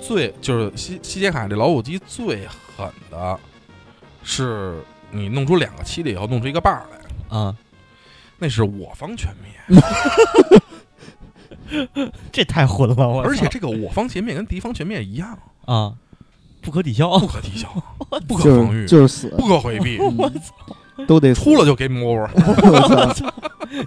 最就是吸吸血卡这老虎机最狠的是你弄出两个七的以后弄出一个 bar 来，啊，那是我方全灭。这太混了，我操而且这个我方全灭跟敌方全灭一样，啊，不可抵消不可 抵消，不可就防御是，就是死， 不可回避，我都得死出了就 game over。 我操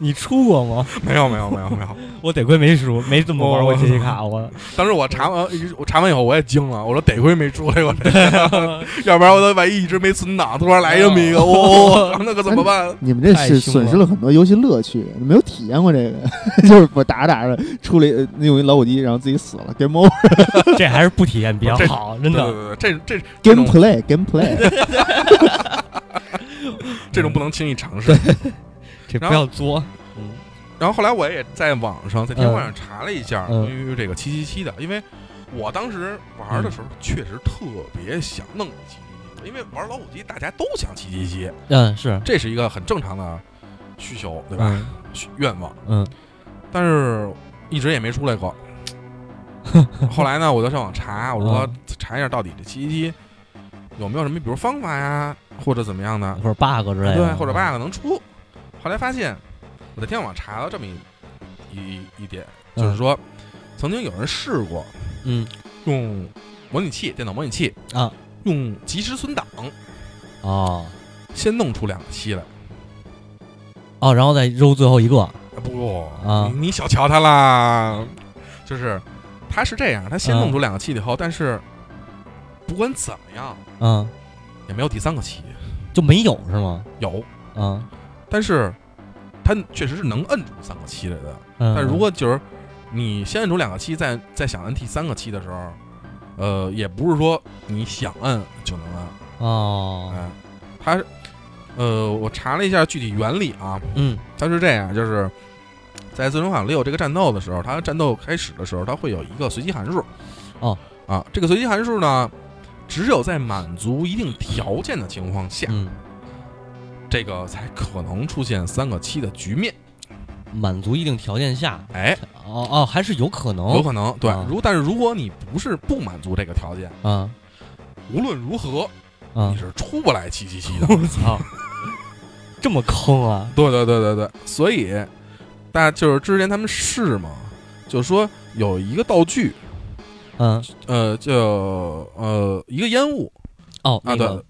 你出过吗？哦没有没有没有没有，我得亏没输，没这么玩过杰西卡， 我当时我嗯查完呃我查完以后我也惊了，我说得亏没出来过 这 个，要不然我都万一一直没存档，突然来这么一个，哦， 那可怎么办？你们这是损失了很多游戏乐趣，没有体验过这个， 就是我打着打着出了一呃用一老虎机，然后自己死了，game over，这还是不体验比较好，真对的。对对，这这这 game 种 play game play，这种不能轻易尝试。这不要作，然后后来我也在网上在天网上查了一下嗯关于这个七七七的，因为我当时玩的时候确实特别想弄七七七，因为玩老虎机大家都想七七七，嗯，是，这是一个很正常的需求，对吧？嗯需愿望，嗯但是一直也没出 来过。后来呢，我就上网查，我嗯说查一下到底这七七七有没有什么，比如方法呀，或者怎么样的，啊或者 bug 之类的，对，或者 bug 能出。后来发现我在天网查到这么一一一点，嗯就是说曾经有人试过嗯用模拟器，电脑模拟器啊，用即时存档哦先弄出两个七来。哦，然后再揉最后一个，啊不，啊你你小瞧他啦，就是他是这样，他先嗯弄出两个气以后，但是不管怎么样嗯，也没有第三个气就没有是吗？有，嗯但是他确实是能摁住三个气来的，嗯，但如果就是你先摁住两个气，再再想摁第三个气的时候。呃，也不是说你想摁就能摁，哦，哎，它，呃，我查了一下具体原理啊，嗯它是这样，就是在《最终幻想六》这个战斗的时候，它战斗开始的时候，它会有一个随机函数。哦，啊，这个随机函数呢，只有在满足一定条件的情况下，嗯，这个才可能出现三个七的局面。满足一定条件下，哎，哦哦，还是有可能，有可能对啊。如但是如果你不是不满足这个条件，啊无论如何啊 你，是出不来七七七的。我操，哦这么坑啊！对对对对对，所以大就是之前他们试嘛，就说有一个道具，嗯，呃，叫呃一个烟雾哦，啊，那对，个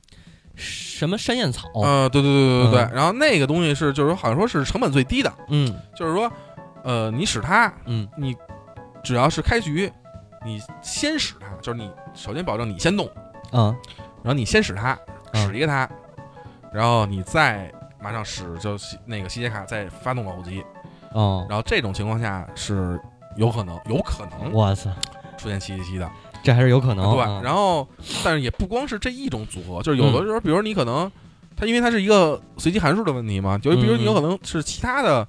什么山燕草，啊，对对对嗯对对对，然后那个东西是就是好像说是成本最低的，嗯就是说，呃，你使它，嗯你只要是开局，你先使它，就是你首先保证你先动，啊然后你先使它，嗯使一个它，然后你再马上使就吸那个吸血卡再发动老虎机，哦，然后这种情况下是有可能有可能哇塞，出现七七七的，这还是有可能嗯对吧啊？然后但是也不光是这一种组合，就是有的时候，比如你可能它因为它是一个随机函数的问题嘛，就比如嗯嗯你有可能是其他的。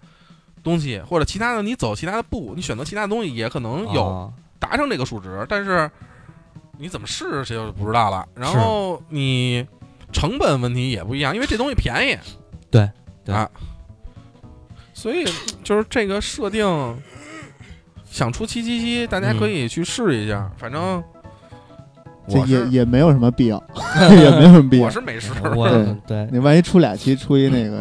东西或者其他的，你走其他的步，你选择其他的东西也可能有啊达成这个数值，但是你怎么试谁就不知道了。然后你成本问题也不一样，因为这东西便宜，对对啊，所以就是这个设定想出七七七，大家可以去试一嗯下，反正这 我也是也没有什么必 要，也没有什么必要我。是没试，嗯 我对对，你万一出俩期，出一那个，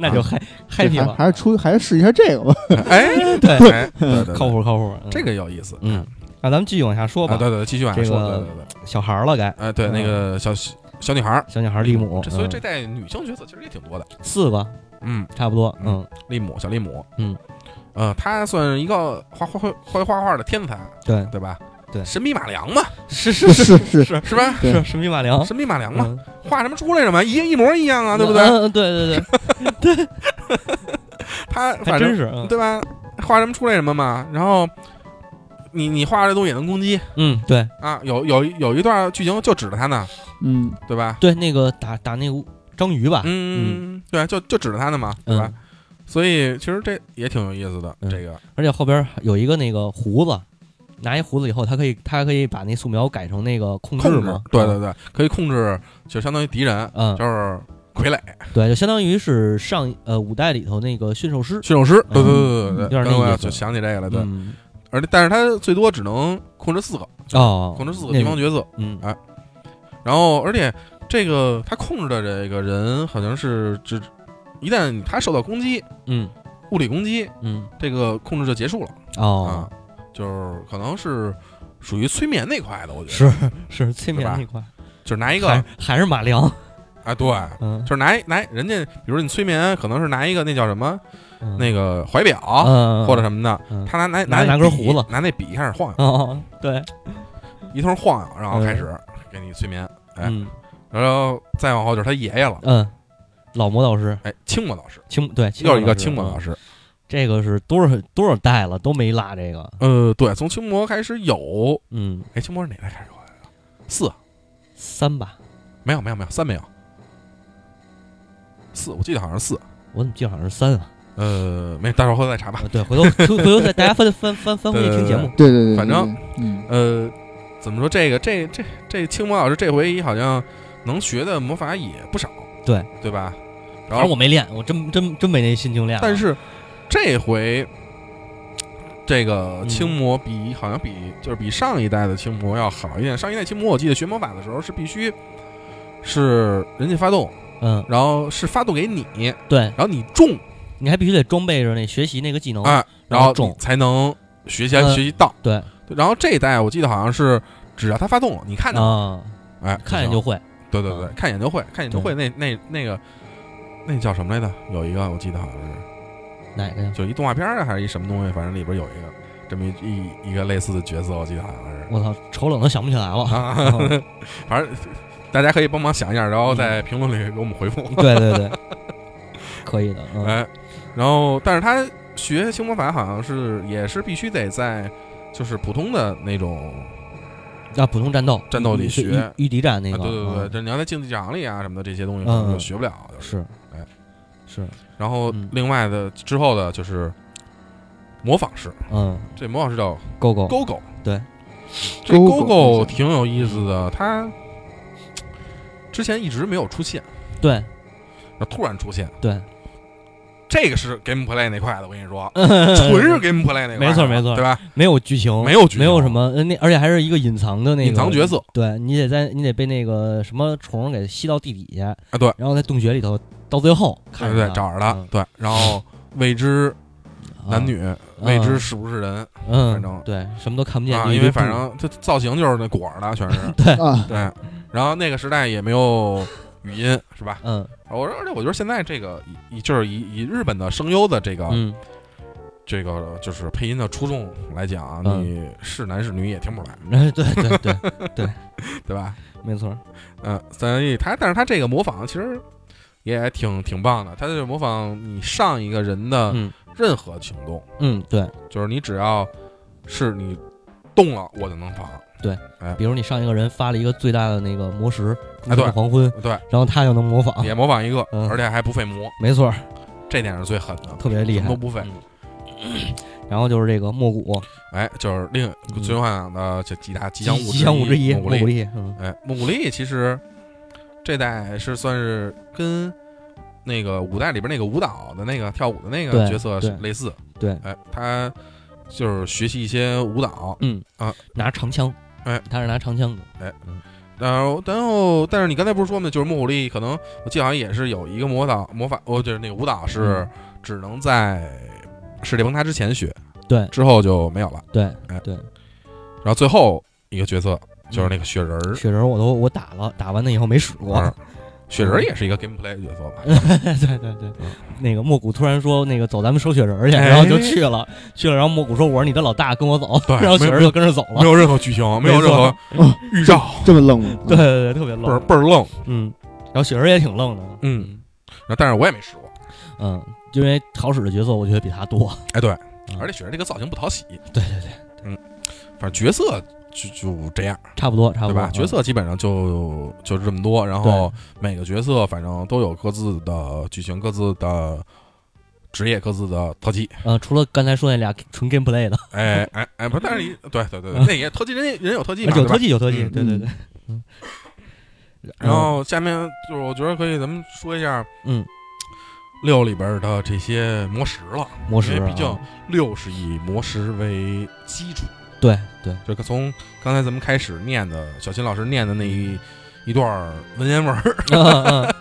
那就啊嗨这 happy 还吧，还是出还是试一下这个吧。哎，对嗯对对对，靠谱靠谱，嗯这个有意思，嗯，那咱们继续往下说啊，吧，对对，继续往下这说，个对对对，小孩儿了该，哎，对那个小小女孩儿，小女孩利姆，这所以嗯这代女性角色其实也挺多的，四个嗯。差不多，嗯嗯利姆，小利姆，嗯，呃，他算是一个画画会会画画的天才，对，对吧？对神笔马良嘛，是是是是是是是吧？对是神笔马良，神笔马良嘛，嗯画什么出来什么，一一模一样啊，对不对？嗯嗯对对对，他还反真正是，嗯对吧？画什么出来什么嘛。然后你你画的东西也能攻击嗯，对啊，有有有一段剧情就指着他呢，嗯，对吧？对，那个打打那个章鱼吧，嗯，对，就就指着他呢嘛，对吧啊嗯？，所以其实这也挺有意思的，嗯这个而且后边有一个那个胡子，拿一胡子以后，他可以他可以把那素描改成那个控制控制嘛，，对对对，可以控制，就相当于敌人，嗯，就是傀儡。对，就相当于是上呃五代里头那个驯兽师，驯兽师，对对嗯对有对点对，那刚意刚思就想起这个来，对，嗯而且但是他最多只能控制四个，哦，控制四个那敌方角色，嗯然后而且这个他控制的这个人好像是只一旦他受到攻击，嗯物理攻击，嗯这个控制就结束了哦啊，，就是可能是属于催眠那块的，我觉得是是催眠那块，就是拿一个还还是马 良，啊，对，嗯就是拿一拿一人家，比如你催眠，可能是拿一个那叫什么嗯那个怀表嗯或者什么的嗯，他拿拿拿拿一根笔胡子拿那笔开始晃悠。哦对，一通晃悠，然后嗯开始给你催眠，哎嗯然后再往后就是他爷爷了，嗯，老魔导师哎，清末老师，清对，又是一个清末末老师，师。嗯这个是多少多少代了都没落这个，呃，对，从清末开始有，嗯，哎，清末是哪代开始有的？四三吧，没有没有没有三没有，四我记得好像是四，我怎么记得好像是三啊？呃，没，待会儿回头再查吧。啊对，回头回头回头再大家翻翻翻翻回去听节目，对对对，反正对嗯，呃，怎么说这个这这这清末老师这回好像能学的魔法也不少，对对吧？然反后正我没练，我真真真没那心情练了，但是这回这个嗯青魔比好像比就是比上一代的青魔要好一点。上一代青魔我记得学魔法的时候是必须是人家发动，嗯，然后是发动给你，对，然后你中你还必须得装备着那学习那个技能，啊，然后你中，才能学习嗯学习到。对然后这一代我记得好像是只要他发动了，你看着，啊，哎，看见就啊行会，对对对，看眼就会，看眼就会。那那那个那叫什么来着？有一个我记得好像是。哪个呀？就一动画片儿啊，还是一什么东西，反正里边有一个这么一一一个类似的角色，我记得好像是。我操，丑冷都想不起来了。啊，哦 反正大家可以帮忙想一下，然后在评论里给我们回复。 对对对，可以的，嗯哎，然后但是他学星魔法好像是也是必须得在就是普通的那种，啊，普通战斗战斗里是学御御敌战那啊、个，对对对对，嗯就你要在竞技场里啊什么的这些东西嗯可能就学不了。就是，是哎，是，然后嗯另外的之后的就是模仿师，嗯，这模仿师叫勾勾， GoGo，哦对，这 Gogo GoGo 挺有意思的，它之前一直没有出现，对然后突然出现，对，这个是 game play 那块的，我跟你说，纯是 game play 那块的，嗯没错没错对吧？没有剧情，没有剧情没有什么，呃那而且还是一个隐藏的那个隐藏角色，对你得在你得被那个什么虫给吸到地底下啊对，然后在洞穴里头到最后看对着对，它找着他嗯，对，然后未知啊男女，未知是不是人嗯，反正对什么都嗯看不见，啊，就一因为堆反布正这造型就是那果儿的，全是 啊，对。然后那个时代也没有语音，是吧？嗯我说，而且我觉得现在这个以以就是以以日本的声优的这个、嗯这个就是配音的出众来讲啊，嗯你是男是女也听不出来，嗯，对对对，对吧？没 错，嗯，所以他但是他这个模仿其实也挺挺棒的，他就是模仿你上一个人的嗯任何行动，嗯对，就是你只要是你动了，我就能仿。比如你上一个人发了一个最大的那个魔石，哎中对国黄昏，对，然后他就能模仿，也模仿一个，嗯而且还不费魔，没错，这点是最狠的，特别厉什么害嗯都。不费。 然后就是这个莫古，哎，就是另《最终幻想》的这几大嗯吉吉祥吉祥物物之一，一，蒙古莫古力。力，嗯哎，蒙古力其实这代是算是跟那个五代里边那个舞蹈的那个跳舞的那个对角色是对类似。对哎，他就是学习一些舞蹈，嗯啊，拿长枪，哎，他是拿长枪的，然后然后但是你刚才不是说吗？就是蒙古力可能我记得好像也是有一个魔导魔法，哦，就是那个舞蹈嗯是只能在世界崩塌之前学，对之后就没有了。对哎对，然后最后一个角色就是那个雪人儿。雪人我都我打了，打完了以后没使过。嗯雪人儿也是一个 gameplay 角色吧？ 对对对，那个莫古突然说那个走，咱们收雪人儿去，嗯哎然后就去了，去了。然后莫古说我是你的老大，跟我走，对然后雪人就跟着走了没。有任何剧情，没有任何哦预兆，这么啊愣 吗？对对对，特别倍儿愣，倍儿愣。嗯。然后雪人也挺愣的，嗯，然后但是我也没试过。嗯，因为好使的角色我觉得比他多。哎，对，嗯而且雪人这个造型不讨喜，对对对，反正角色就就这样，差不多差不对多吧？嗯角色基本上就就是这么多，然后每个角色反正都有各自的剧情、各自的职业、各自的特 技。嗯，呃除了刚才说那俩纯 gameplay 的，哎哎哎，不，但是你对对对对，那也特技人也嗯人有特技嗯嘛，啊有对吧特？技有特技，嗯对对对。嗯然后下面就是我觉得可以咱们说一下嗯，六里边的这些魔石了。魔石因啊，为毕竟六是以魔石为基础，对对，就是从刚才咱们开始念的小新老师念的那一一段儿文言文儿 嗯嗯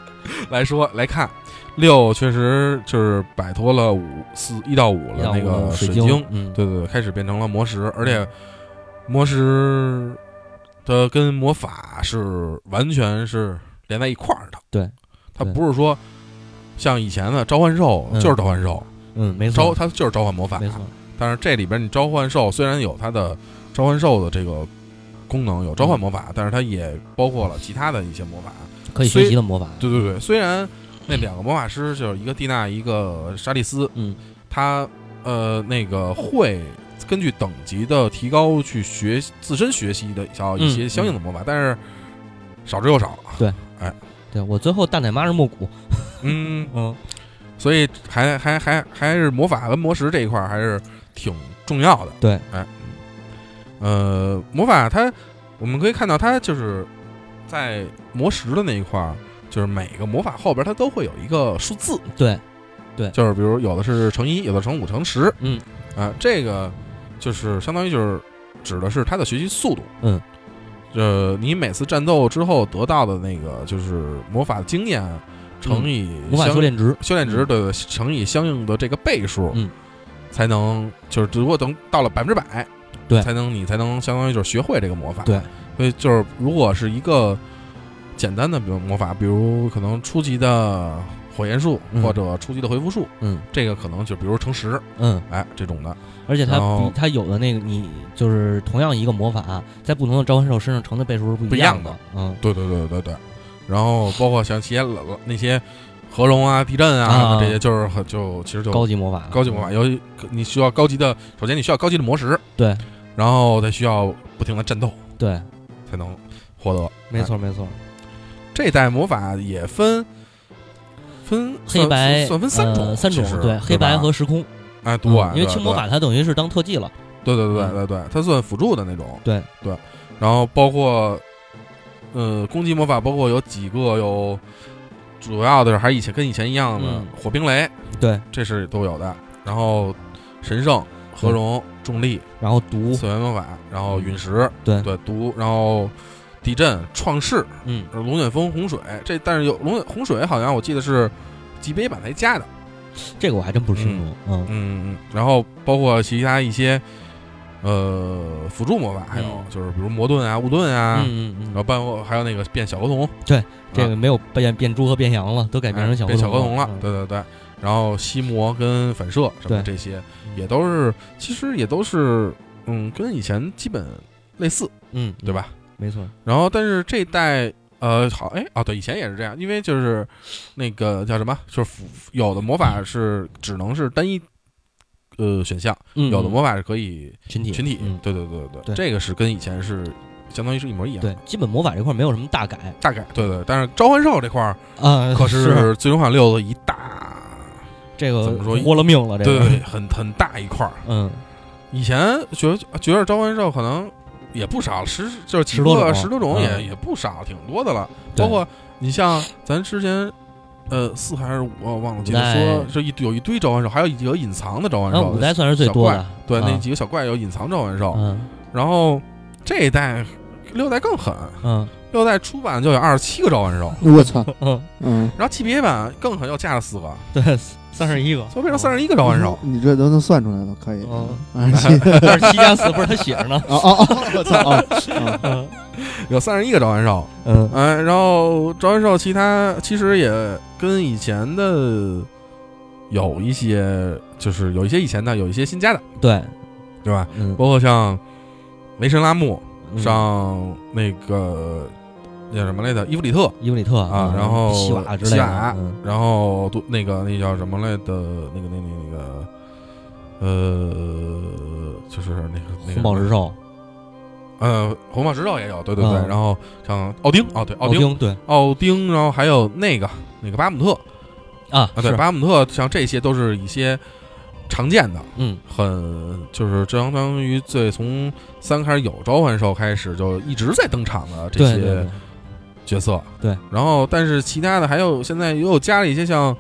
来说来看，六确实就是摆脱了五四一到五嗯 了那个水晶，晶，嗯，对对对，开始变成了魔石，而且魔石它跟魔法是完全是连在一块儿的，对，它对不是说像以前的召唤兽嗯就是召唤兽，嗯，没召错，它就是召唤魔法，没错，但是这里边你召唤兽虽然有它的召唤兽的这个功能，有召唤魔嗯法，但是它也包括了其他的一些魔法。可以虽学习的魔法，对对对，虽然那两个魔法师就是一个蒂娜，一个莎莉丝，嗯，他呃那个会根据等级的提高去学自身学习的小一些嗯相应的魔法，但是少之又少。对我最后大奶妈是木谷，嗯，嗯，所以还还还还是魔法跟魔石这一块儿还是挺重要的。对，哎，呃，魔法它我们可以看到，它就是在魔石的那一块儿，就是每个魔法后边它都会有一个数字，对，就是比如有的是乘一，有的乘五，乘十。嗯，啊，这个就是相当于就是指的是它的学习速度。嗯。呃，你每次战斗之后得到的那个就是魔法经验乘以嗯魔法相修炼值，修炼值的乘以相应的这个倍数，嗯，才能就是如果等到了百分之百，对才能你才能相当于就是学会这个魔法，对，所以就是如果是一个简单的比如魔法，比如可能初级的火焰术、嗯或者初级的回复术，嗯这个可能就比如乘十，嗯，哎这种的，而且它然后比它有的那个你就是同样一个魔法，啊在不同的召唤兽身上乘的倍数是不不一一样样的的，嗯，对对对对对，然后包括像其些老那些合容啊、地震啊啊什么这些，就是很就其实就高级嗯魔法，高级魔法，，尤其你需要高级的，首先你需要高级的魔石，对然后再需要不停的战斗对，才能获得。没错没错，这代魔法也分分黑算白算分三种，呃三种其实，对，黑白和时空，哎对，嗯因为对轻魔法嗯它等于是当特技了，对对对对对对，它算辅助的那种，对对，然后包括呃攻击魔法，包括有几个有主要的还是以前跟以前一样的嗯火冰雷，对，这是都有的。然后神圣、合容、重力、然后毒，次元魔法，然后陨石，对对毒，然后地震、创世、嗯，龙卷风、洪水。这但是有龙卷洪水，好像我记得是 GB 版才加的。这个我还真不清楚，嗯嗯，嗯，然后包括其他一些呃辅助魔法，还有嗯就是比如魔盾啊、雾盾啊，嗯嗯然后嗯，包括还有那个变小河童，这个没有变变猪和变羊了，都改变成小哎啊变小河河童童了，嗯对对对。然后吸魔跟反射什么对这些也都是，其实也都是嗯跟以前基本类似，嗯，对？吧？没错，然后但是这代。呃，好，哎，哦，对，以前也是这样，因为就是那个叫什么，就是辅有的魔法是只能是单一呃选项，嗯，有的魔法是可以群体群体，嗯，对对对对对这个是跟以前是相当于是一模一样，对，，基本魔法这块没有什么大改大概对对，但是召唤兽这块儿 啊，可是是最终幻想六的一大，这个怎么说 豁了命了，这对对个，对，很很大一块儿。嗯，以前觉得觉得召唤兽可能也不少，十就是几十多种个十多种也、嗯也不少，挺多的了。对包括你像咱之前。呃，四还是五，我忘了，我记五代得说是一有一堆召唤兽，还有一有隐藏的召唤然后兽五，代算是最多的，对，那啊几个小怪有隐藏召唤兽。嗯然后这一代六代更狠，嗯六代出版就有二十七个召唤兽，我操，嗯， 嗯，然后 GBA 版更狠，又加了四个，对，三十一 个，所以变成三十一个召唤兽。你这都能算出来了，可以啊嗯哦。二十七， 但是七加四不是他写着 呢，哦哦哦，我操，哦哦嗯有三十一个召 唤兽，嗯嗯，然后召唤兽其他其实也跟以前的有一些，就是有一些以前的，有一些新加的，对，对吧？嗯，包括像梅神拉木，嗯上那个那叫什么来着，伊芙里特，伊布里特啊然后西瓦之类西的，瓦嗯然后都那个那叫什么来的，那个那那那个，呃，就是那个那个红宝石，兽、呃，红宝石兽也有，对对对。嗯然后像奥丁，哦对，奥丁，丁，对奥丁，然后还有那个那个巴姆特啊啊，对，是巴姆特，像这些都是一些常见的，嗯很就是相当于最从三开始有召唤兽开始就一直在登场的这对对些对角色。对然后但是其他的还有现在又加了一些像，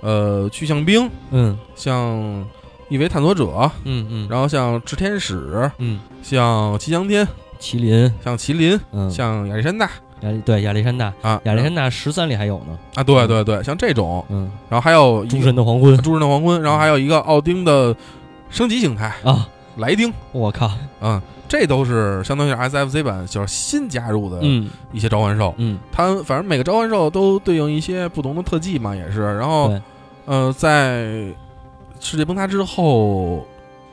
呃，巨象兵。嗯像一维探索者，嗯嗯，然后像炽天使，嗯像吉祥天，麒麟像麒麟，嗯像亚历山大亚历对亚历山大啊，亚历山大十三里还有呢，啊，对对对，像这种，嗯，然后还有一诸个神的黄昏诸神的黄昏，然后还有一个奥丁的升级形态啊，莱丁，我靠，嗯，这都是相当于是 SFC 版就是新加入的嗯一些召唤兽，嗯它反正每个召唤兽都对应一些不同的特技嘛，也是，然后对呃，在世界崩塌之后，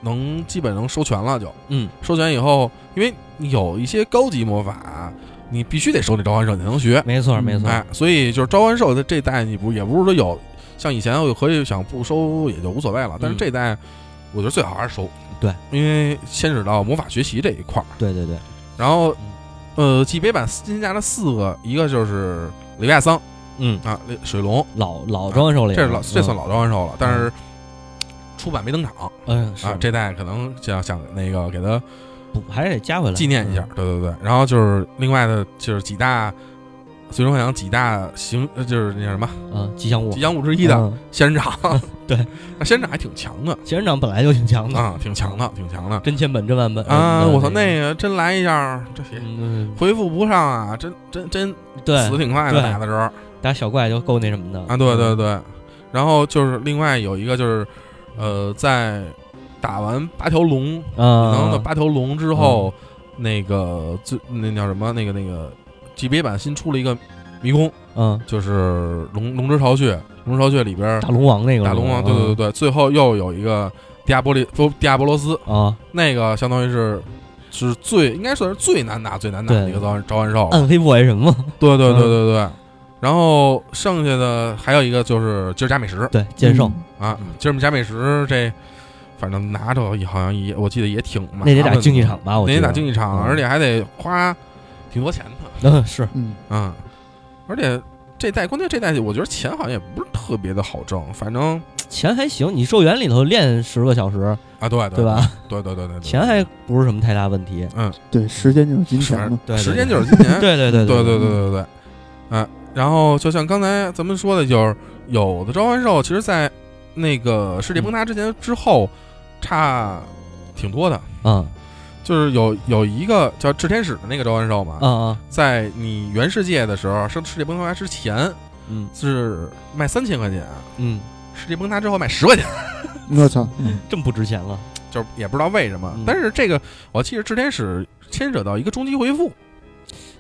能基本能收全了就。嗯收全以后，因为你有一些高级魔法，你必须得收那召唤兽，你才能学。没错没错，哎，所以就是召唤兽的这代，你不也不是说有，像以前我可以想不收也就无所谓了，但是嗯这代我觉得最好还是收。对，因为牵扯到魔法学习这一块儿，对对对，然后呃，GB 版新加了四个，一个就是雷亚桑嗯，啊，雷水龙，老老召唤兽里嗯啊这是老这算老老召唤兽了，但是出版没登场嗯是啊，这代可能就要想那个给他。不还是得加回来纪念一下，，对对对。然后就是另外的，就是几大最终幻想几大行，呃就是那叫什么嗯嗯，吉祥物吉祥物之一的嗯。仙人掌 对， 那仙人掌还挺强的仙人掌本来就挺强的，啊，挺强的，挺强的真千本真万本啊！嗯我操，那个真来一下，这也嗯恢复不上啊，真真真对死得挺快的对打的时候打小怪就够那什么的啊，对对对。然后就是另外有一个就是，呃，在打完八条龙啊，能的八条龙之后，那个最那叫什么？那个那个 GB 版新出了一个迷宫，嗯，就是龙龙之巢穴，龙之巢穴里边大龙王那个打龙王，对对对对，最后又有一个迪亚波利不迪亚波罗斯，对啊，那个相当于是。是最应该算是最难打、最难打的对嗯一个召唤召唤兽了，暗黑不为人嘛，对对对对对。然后剩下的还有一个就是今儿加美食对剑嗯圣，啊，今儿加美食这，反正拿着也好像也我记得也挺麻那得烦打的竞技场吧？我嗯觉那得得打竞技场，嗯而且还得花挺多钱的嗯是嗯，啊、而且这代关键这代我觉得钱好像也不是特别的好挣，反正钱还行，你兽园里头练十个小时，啊，对对对吧？？ 对对对对，对钱还不是什么太大问题，对，时间就是金钱嘛，对对时间就是今年， 对对对对对对对对对对，啊，然后就像刚才咱们说的，就是有的召唤兽，其实，在那个世界崩塌之前之后，差挺多的。嗯就是有有一个叫炽天使的那个召唤兽嘛，啊啊在你原世界的时候，是世界崩塌之前嗯是卖三千块钱，嗯，世界崩塌之后卖十块钱，我操，这么不值钱了就是也不知道为什么。嗯但是这个我记得炽天使牵扯到一个终极回复，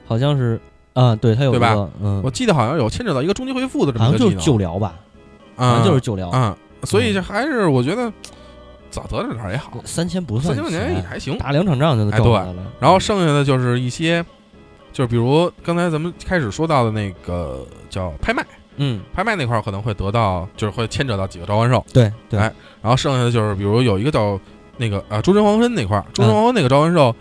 好像是啊，对他有一对吧个嗯我，记得好像有牵扯到一个终极回复的这好么一像就个技是能，旧聊吧，好啊，像就是嗯旧聊，啊，所以这还是我觉得早得着点儿也好，三千不算三千块钱也还行。打两场仗就能哎挣对回来了。嗯然后剩下的就是一些，就是比如刚才咱们开始说到的那个叫拍卖，嗯，拍卖那块儿可能会得到，就是会牵扯到几个召唤兽。对对，哎然后剩下的就是比如有一个叫那个啊，诸神黄昏那块儿，诸神黄昏那个召唤兽，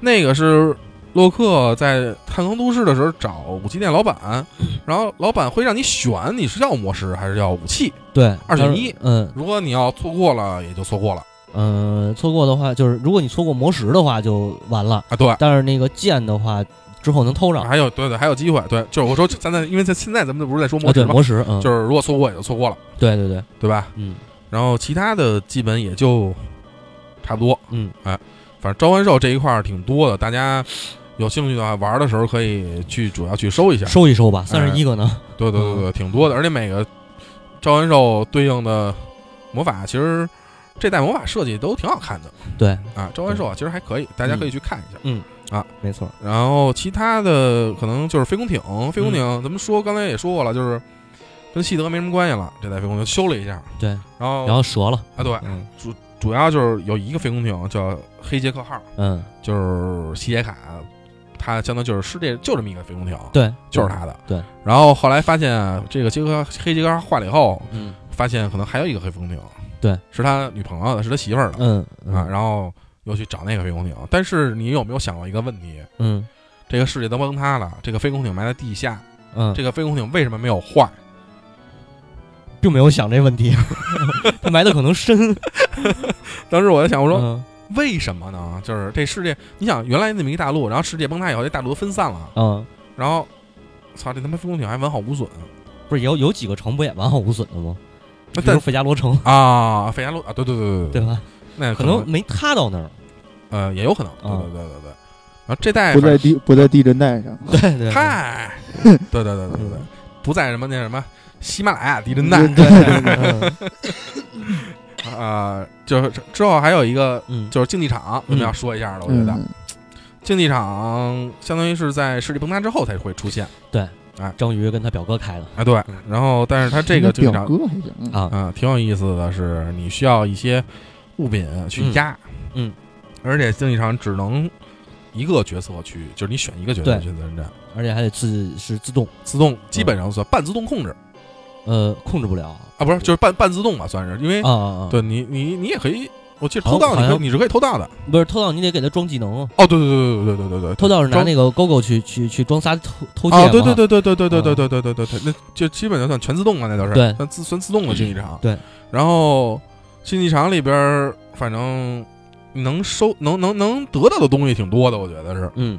那个是洛克在太空都市的时候找武器店老板，然后老板会让你选你是要魔石还是要武器，对，二选但是一嗯如果你要错过了也就错过了呃，错过的话就是，如果你错过魔石的话就完了，啊，对。但是那个剑的话之后能偷上啊啊，还有对对，还有机会，对，就是我说咱在，因为咱现在咱们就不是在说魔石对吗？魔石，嗯，就是如果错过也就错过了，对对对，对吧？嗯然后其他的基本也就差不多，嗯，反正召唤兽这一块儿挺多的，大家有兴趣的话，玩的时候可以去主要去收一下。收一收吧，三十一个呢，对对对嗯对，挺多的，而且每个召唤兽对应的魔法，其实这代魔法设计都挺好看的 对，啊。召唤兽啊，其实还嗯可以，大家可以去看一下。没错，然后其他的可能就是飞空艇，飞空艇、嗯咱们说刚才也说过了，就是跟西德没什么关系了。这台飞空艇修了一下，对，然后然后折了，啊对，嗯主主要就是有一个飞空艇叫黑杰克号，嗯，就是西杰卡，它相当于就是世界就这么一个飞空艇，对，就是，它的。对。然后后来发现啊这个杰克黑杰克号坏了以后，嗯发现可能还有一个黑风艇，对，是他女朋友的，是他媳妇儿的、嗯啊。嗯然后又去找那个飞空艇，但是你有没有想过一个问题？嗯这个世界都崩塌了，这个飞空艇埋在地下，嗯，这个飞空艇为什么没有坏？并没有想这问题， 他埋的可能 深，嗯当时我在想，我我说为什么呢？就是这世界，你想原来那么一大陆，然后世界崩塌以后，这大陆都分散了，嗯，然后，操，这他妈飞空艇还完好无损不是有有几个城不也完好无损的吗？比但如费加罗城，啊！费加罗啊，对对对对对，吧？那可能能没塌到那 儿，呃也有可能，对对对对对。然后这代不在地不在地震带上，对对，对 嗨，对对对对对对，不在什么那什么喜马拉雅地震带对对对对 啊，就是之后还有一个嗯，就是竞技场，我们要说一 下了。我觉得嗯，竞技场相当于是在世界崩塌之后才会出现章鱼跟他表哥开的啊，对。然后，但是它这个竞技表场哥还行，嗯啊，啊，挺有意思的是，你需要一些物品去压，嗯嗯而且竞技场只能一个角色去，就是你选一个角色对去参战，而且还得自是自动，自动基本上算半自动控制呃，控制不了啊，不是，就是半半自动吧，算是，因为啊啊啊！，哎对你，你你也可以，我记得好偷盗，好你可以像你是可以偷盗的。不是偷盗，你得给他装技能。啊哦，对对对对对对对对，偷盗是拿装那个 GoGo 去去去装仨偷偷窃哦嘛，对对对对对对对对对对对对对，那就基本上算全自动了，那都是对算自算自动的竞技场。对，然后竞技场里边儿，反正能收能能能得到的东西挺多的，我觉得是。嗯，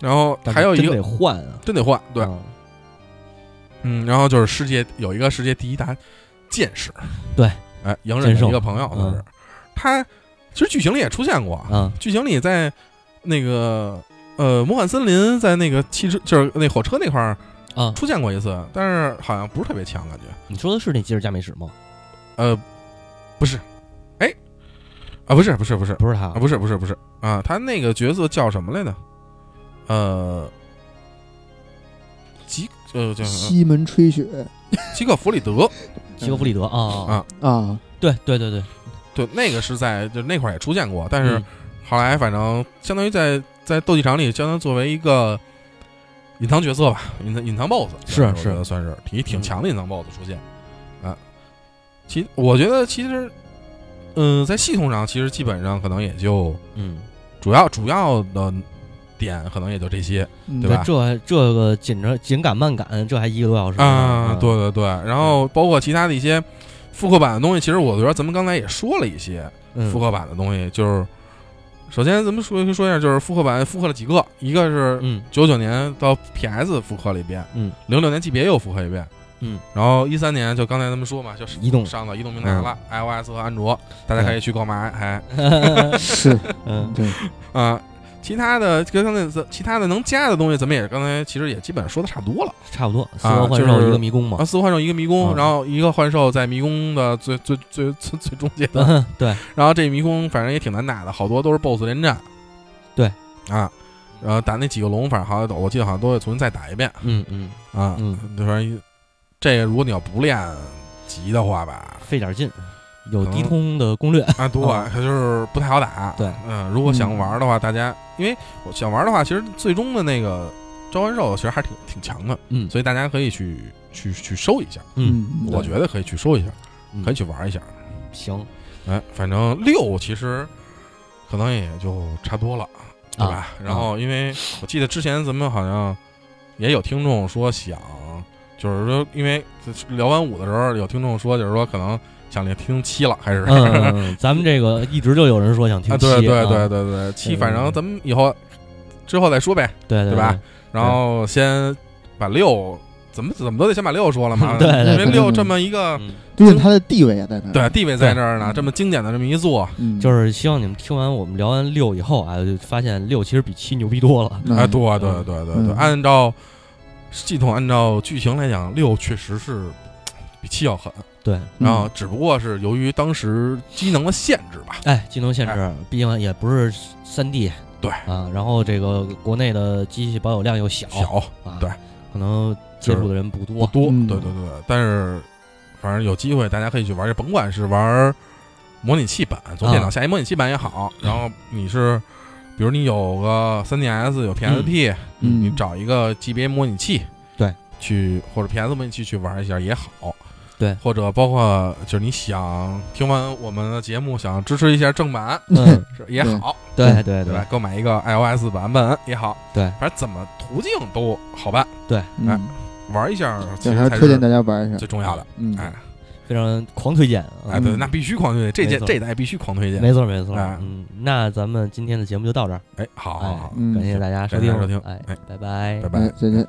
然后但是还有一真个得换啊，真得换，对，嗯嗯，然后就是世界有一个世界第一大剑士，对，哎，杨忍剑的圣一个朋友，就是他，其实剧情里也出现过，啊剧情里在那个呃魔幻森林，在那个汽车就是那火车那块儿啊！出现过一次，但是好像不是特别强，感觉你说的是那吉尔加美什吗？呃不是，哎啊不是不是不是不是他啊，不是不是不是啊，他那个角色叫什么来着？呃，吉呃叫什么西门吹雪吉克弗里德，西格弗里德啊啊啊，对对对对，对，那个是在就那块儿也出现过，但是嗯后来反正相当于在在斗技场里，相当于作为一个隐藏角色吧，隐藏隐藏 BOSS 是算我是觉得算是挺挺嗯强的隐藏 BOSS 出现啊。其我觉得其实，嗯、在系统上其实基本上可能也就嗯，主要主要的点可能也就这些嗯对吧这这个紧着紧赶慢赶，这还一个多小时呢啊，对对对，然嗯后包括其他的一些复刻版的东西，其实我觉得咱们刚才也说了一些，嗯复刻版的东西，就是首先咱们说说一下，就是复刻版复刻了几个，一个是 嗯九九年到 PS 复刻了一遍，嗯，零六年级别又复刻一遍，嗯，然后一三年就刚才咱们说嘛，就是移动嗯上到移动平台了、i o s 和安卓，大家可以去购买，还是，嗯对，啊。其他的跟刚才其他的能加的东西，咱们也刚才其实也基本上说的差不多了差不多，四个幻兽一个迷宫嘛啊。，四个幻兽一个迷宫，啊然后一个幻兽在迷宫的最最最最最中间，对，然后这迷宫反正也挺难打的，好多都是 BOSS 连战。对，啊，然后打那几个龙，反正好像我记得好像都得重新再打一遍嗯嗯，啊。嗯，反正这个如果你要不练级的话吧，费点劲，有低嗯通的攻略，啊，对，啊它就是不太好打。对嗯，如果想玩的话，大家因为我想玩的话，其实最终的那个召唤兽其实还是挺挺强的，嗯所以大家可以去去去收一下，嗯，嗯，我觉得可以去收一下，嗯可以去玩一下。行哎，反正六其实可能也就差不多了，对吧？啊，然后因为我记得之前咱们好像也有听众说想，就是说因为聊完五的时候，有听众说就是说可能想听七了，还是、嗯 嗯，嗯嗯咱们这个一直就有人说想听啊，七，对对对啊对对，七，嗯反正咱们以后之后再说呗，对对，对吧？然后先把六。怎么怎么都得先把六说了嘛 对对因为对六对这么一个嗯毕竟他的地位也在那儿。对地位在这儿呢，对这么经典的这么一做，嗯，就是希望你们听完我们聊完六以后啊，就发现六其实比七牛逼多了。嗯哎，对对对对对，嗯按照系统按照剧情来讲，六确实是比七要狠，对，嗯然后只不过是由于当时机能的限制吧，哎，技能限制，毕竟也不是三 D，对啊，然后这个国内的机器保有量又哦小小啊，对，可能接触的人不多，多，嗯对对对，但是反正有机会大家可以去玩，甭管是玩模拟器版，从啊电脑下一模拟器版也好，然后你是。比如你有个 3DS，有 PSP，、嗯你找一个级别模拟器，对，去或者 PS 模拟器去玩一下也好，对或者包括就是你想听完我们的节目，想支持一下正版 嗯，是也对好，对对对吧？购买一个 iOS 版本也好，对反正怎么途径都好办，嗯哎玩一下其这实还才是推荐是大家玩一下最，重要的。嗯，哎非常狂推荐哎，啊，对，嗯那必须狂推荐，这没届错这一代必须狂推荐。没错没错哎，嗯，那咱们今天的节目就到这儿，哎，好好哎好，嗯，感谢大家收感听谢大家收听哎哎，拜拜拜。哎拜。再见。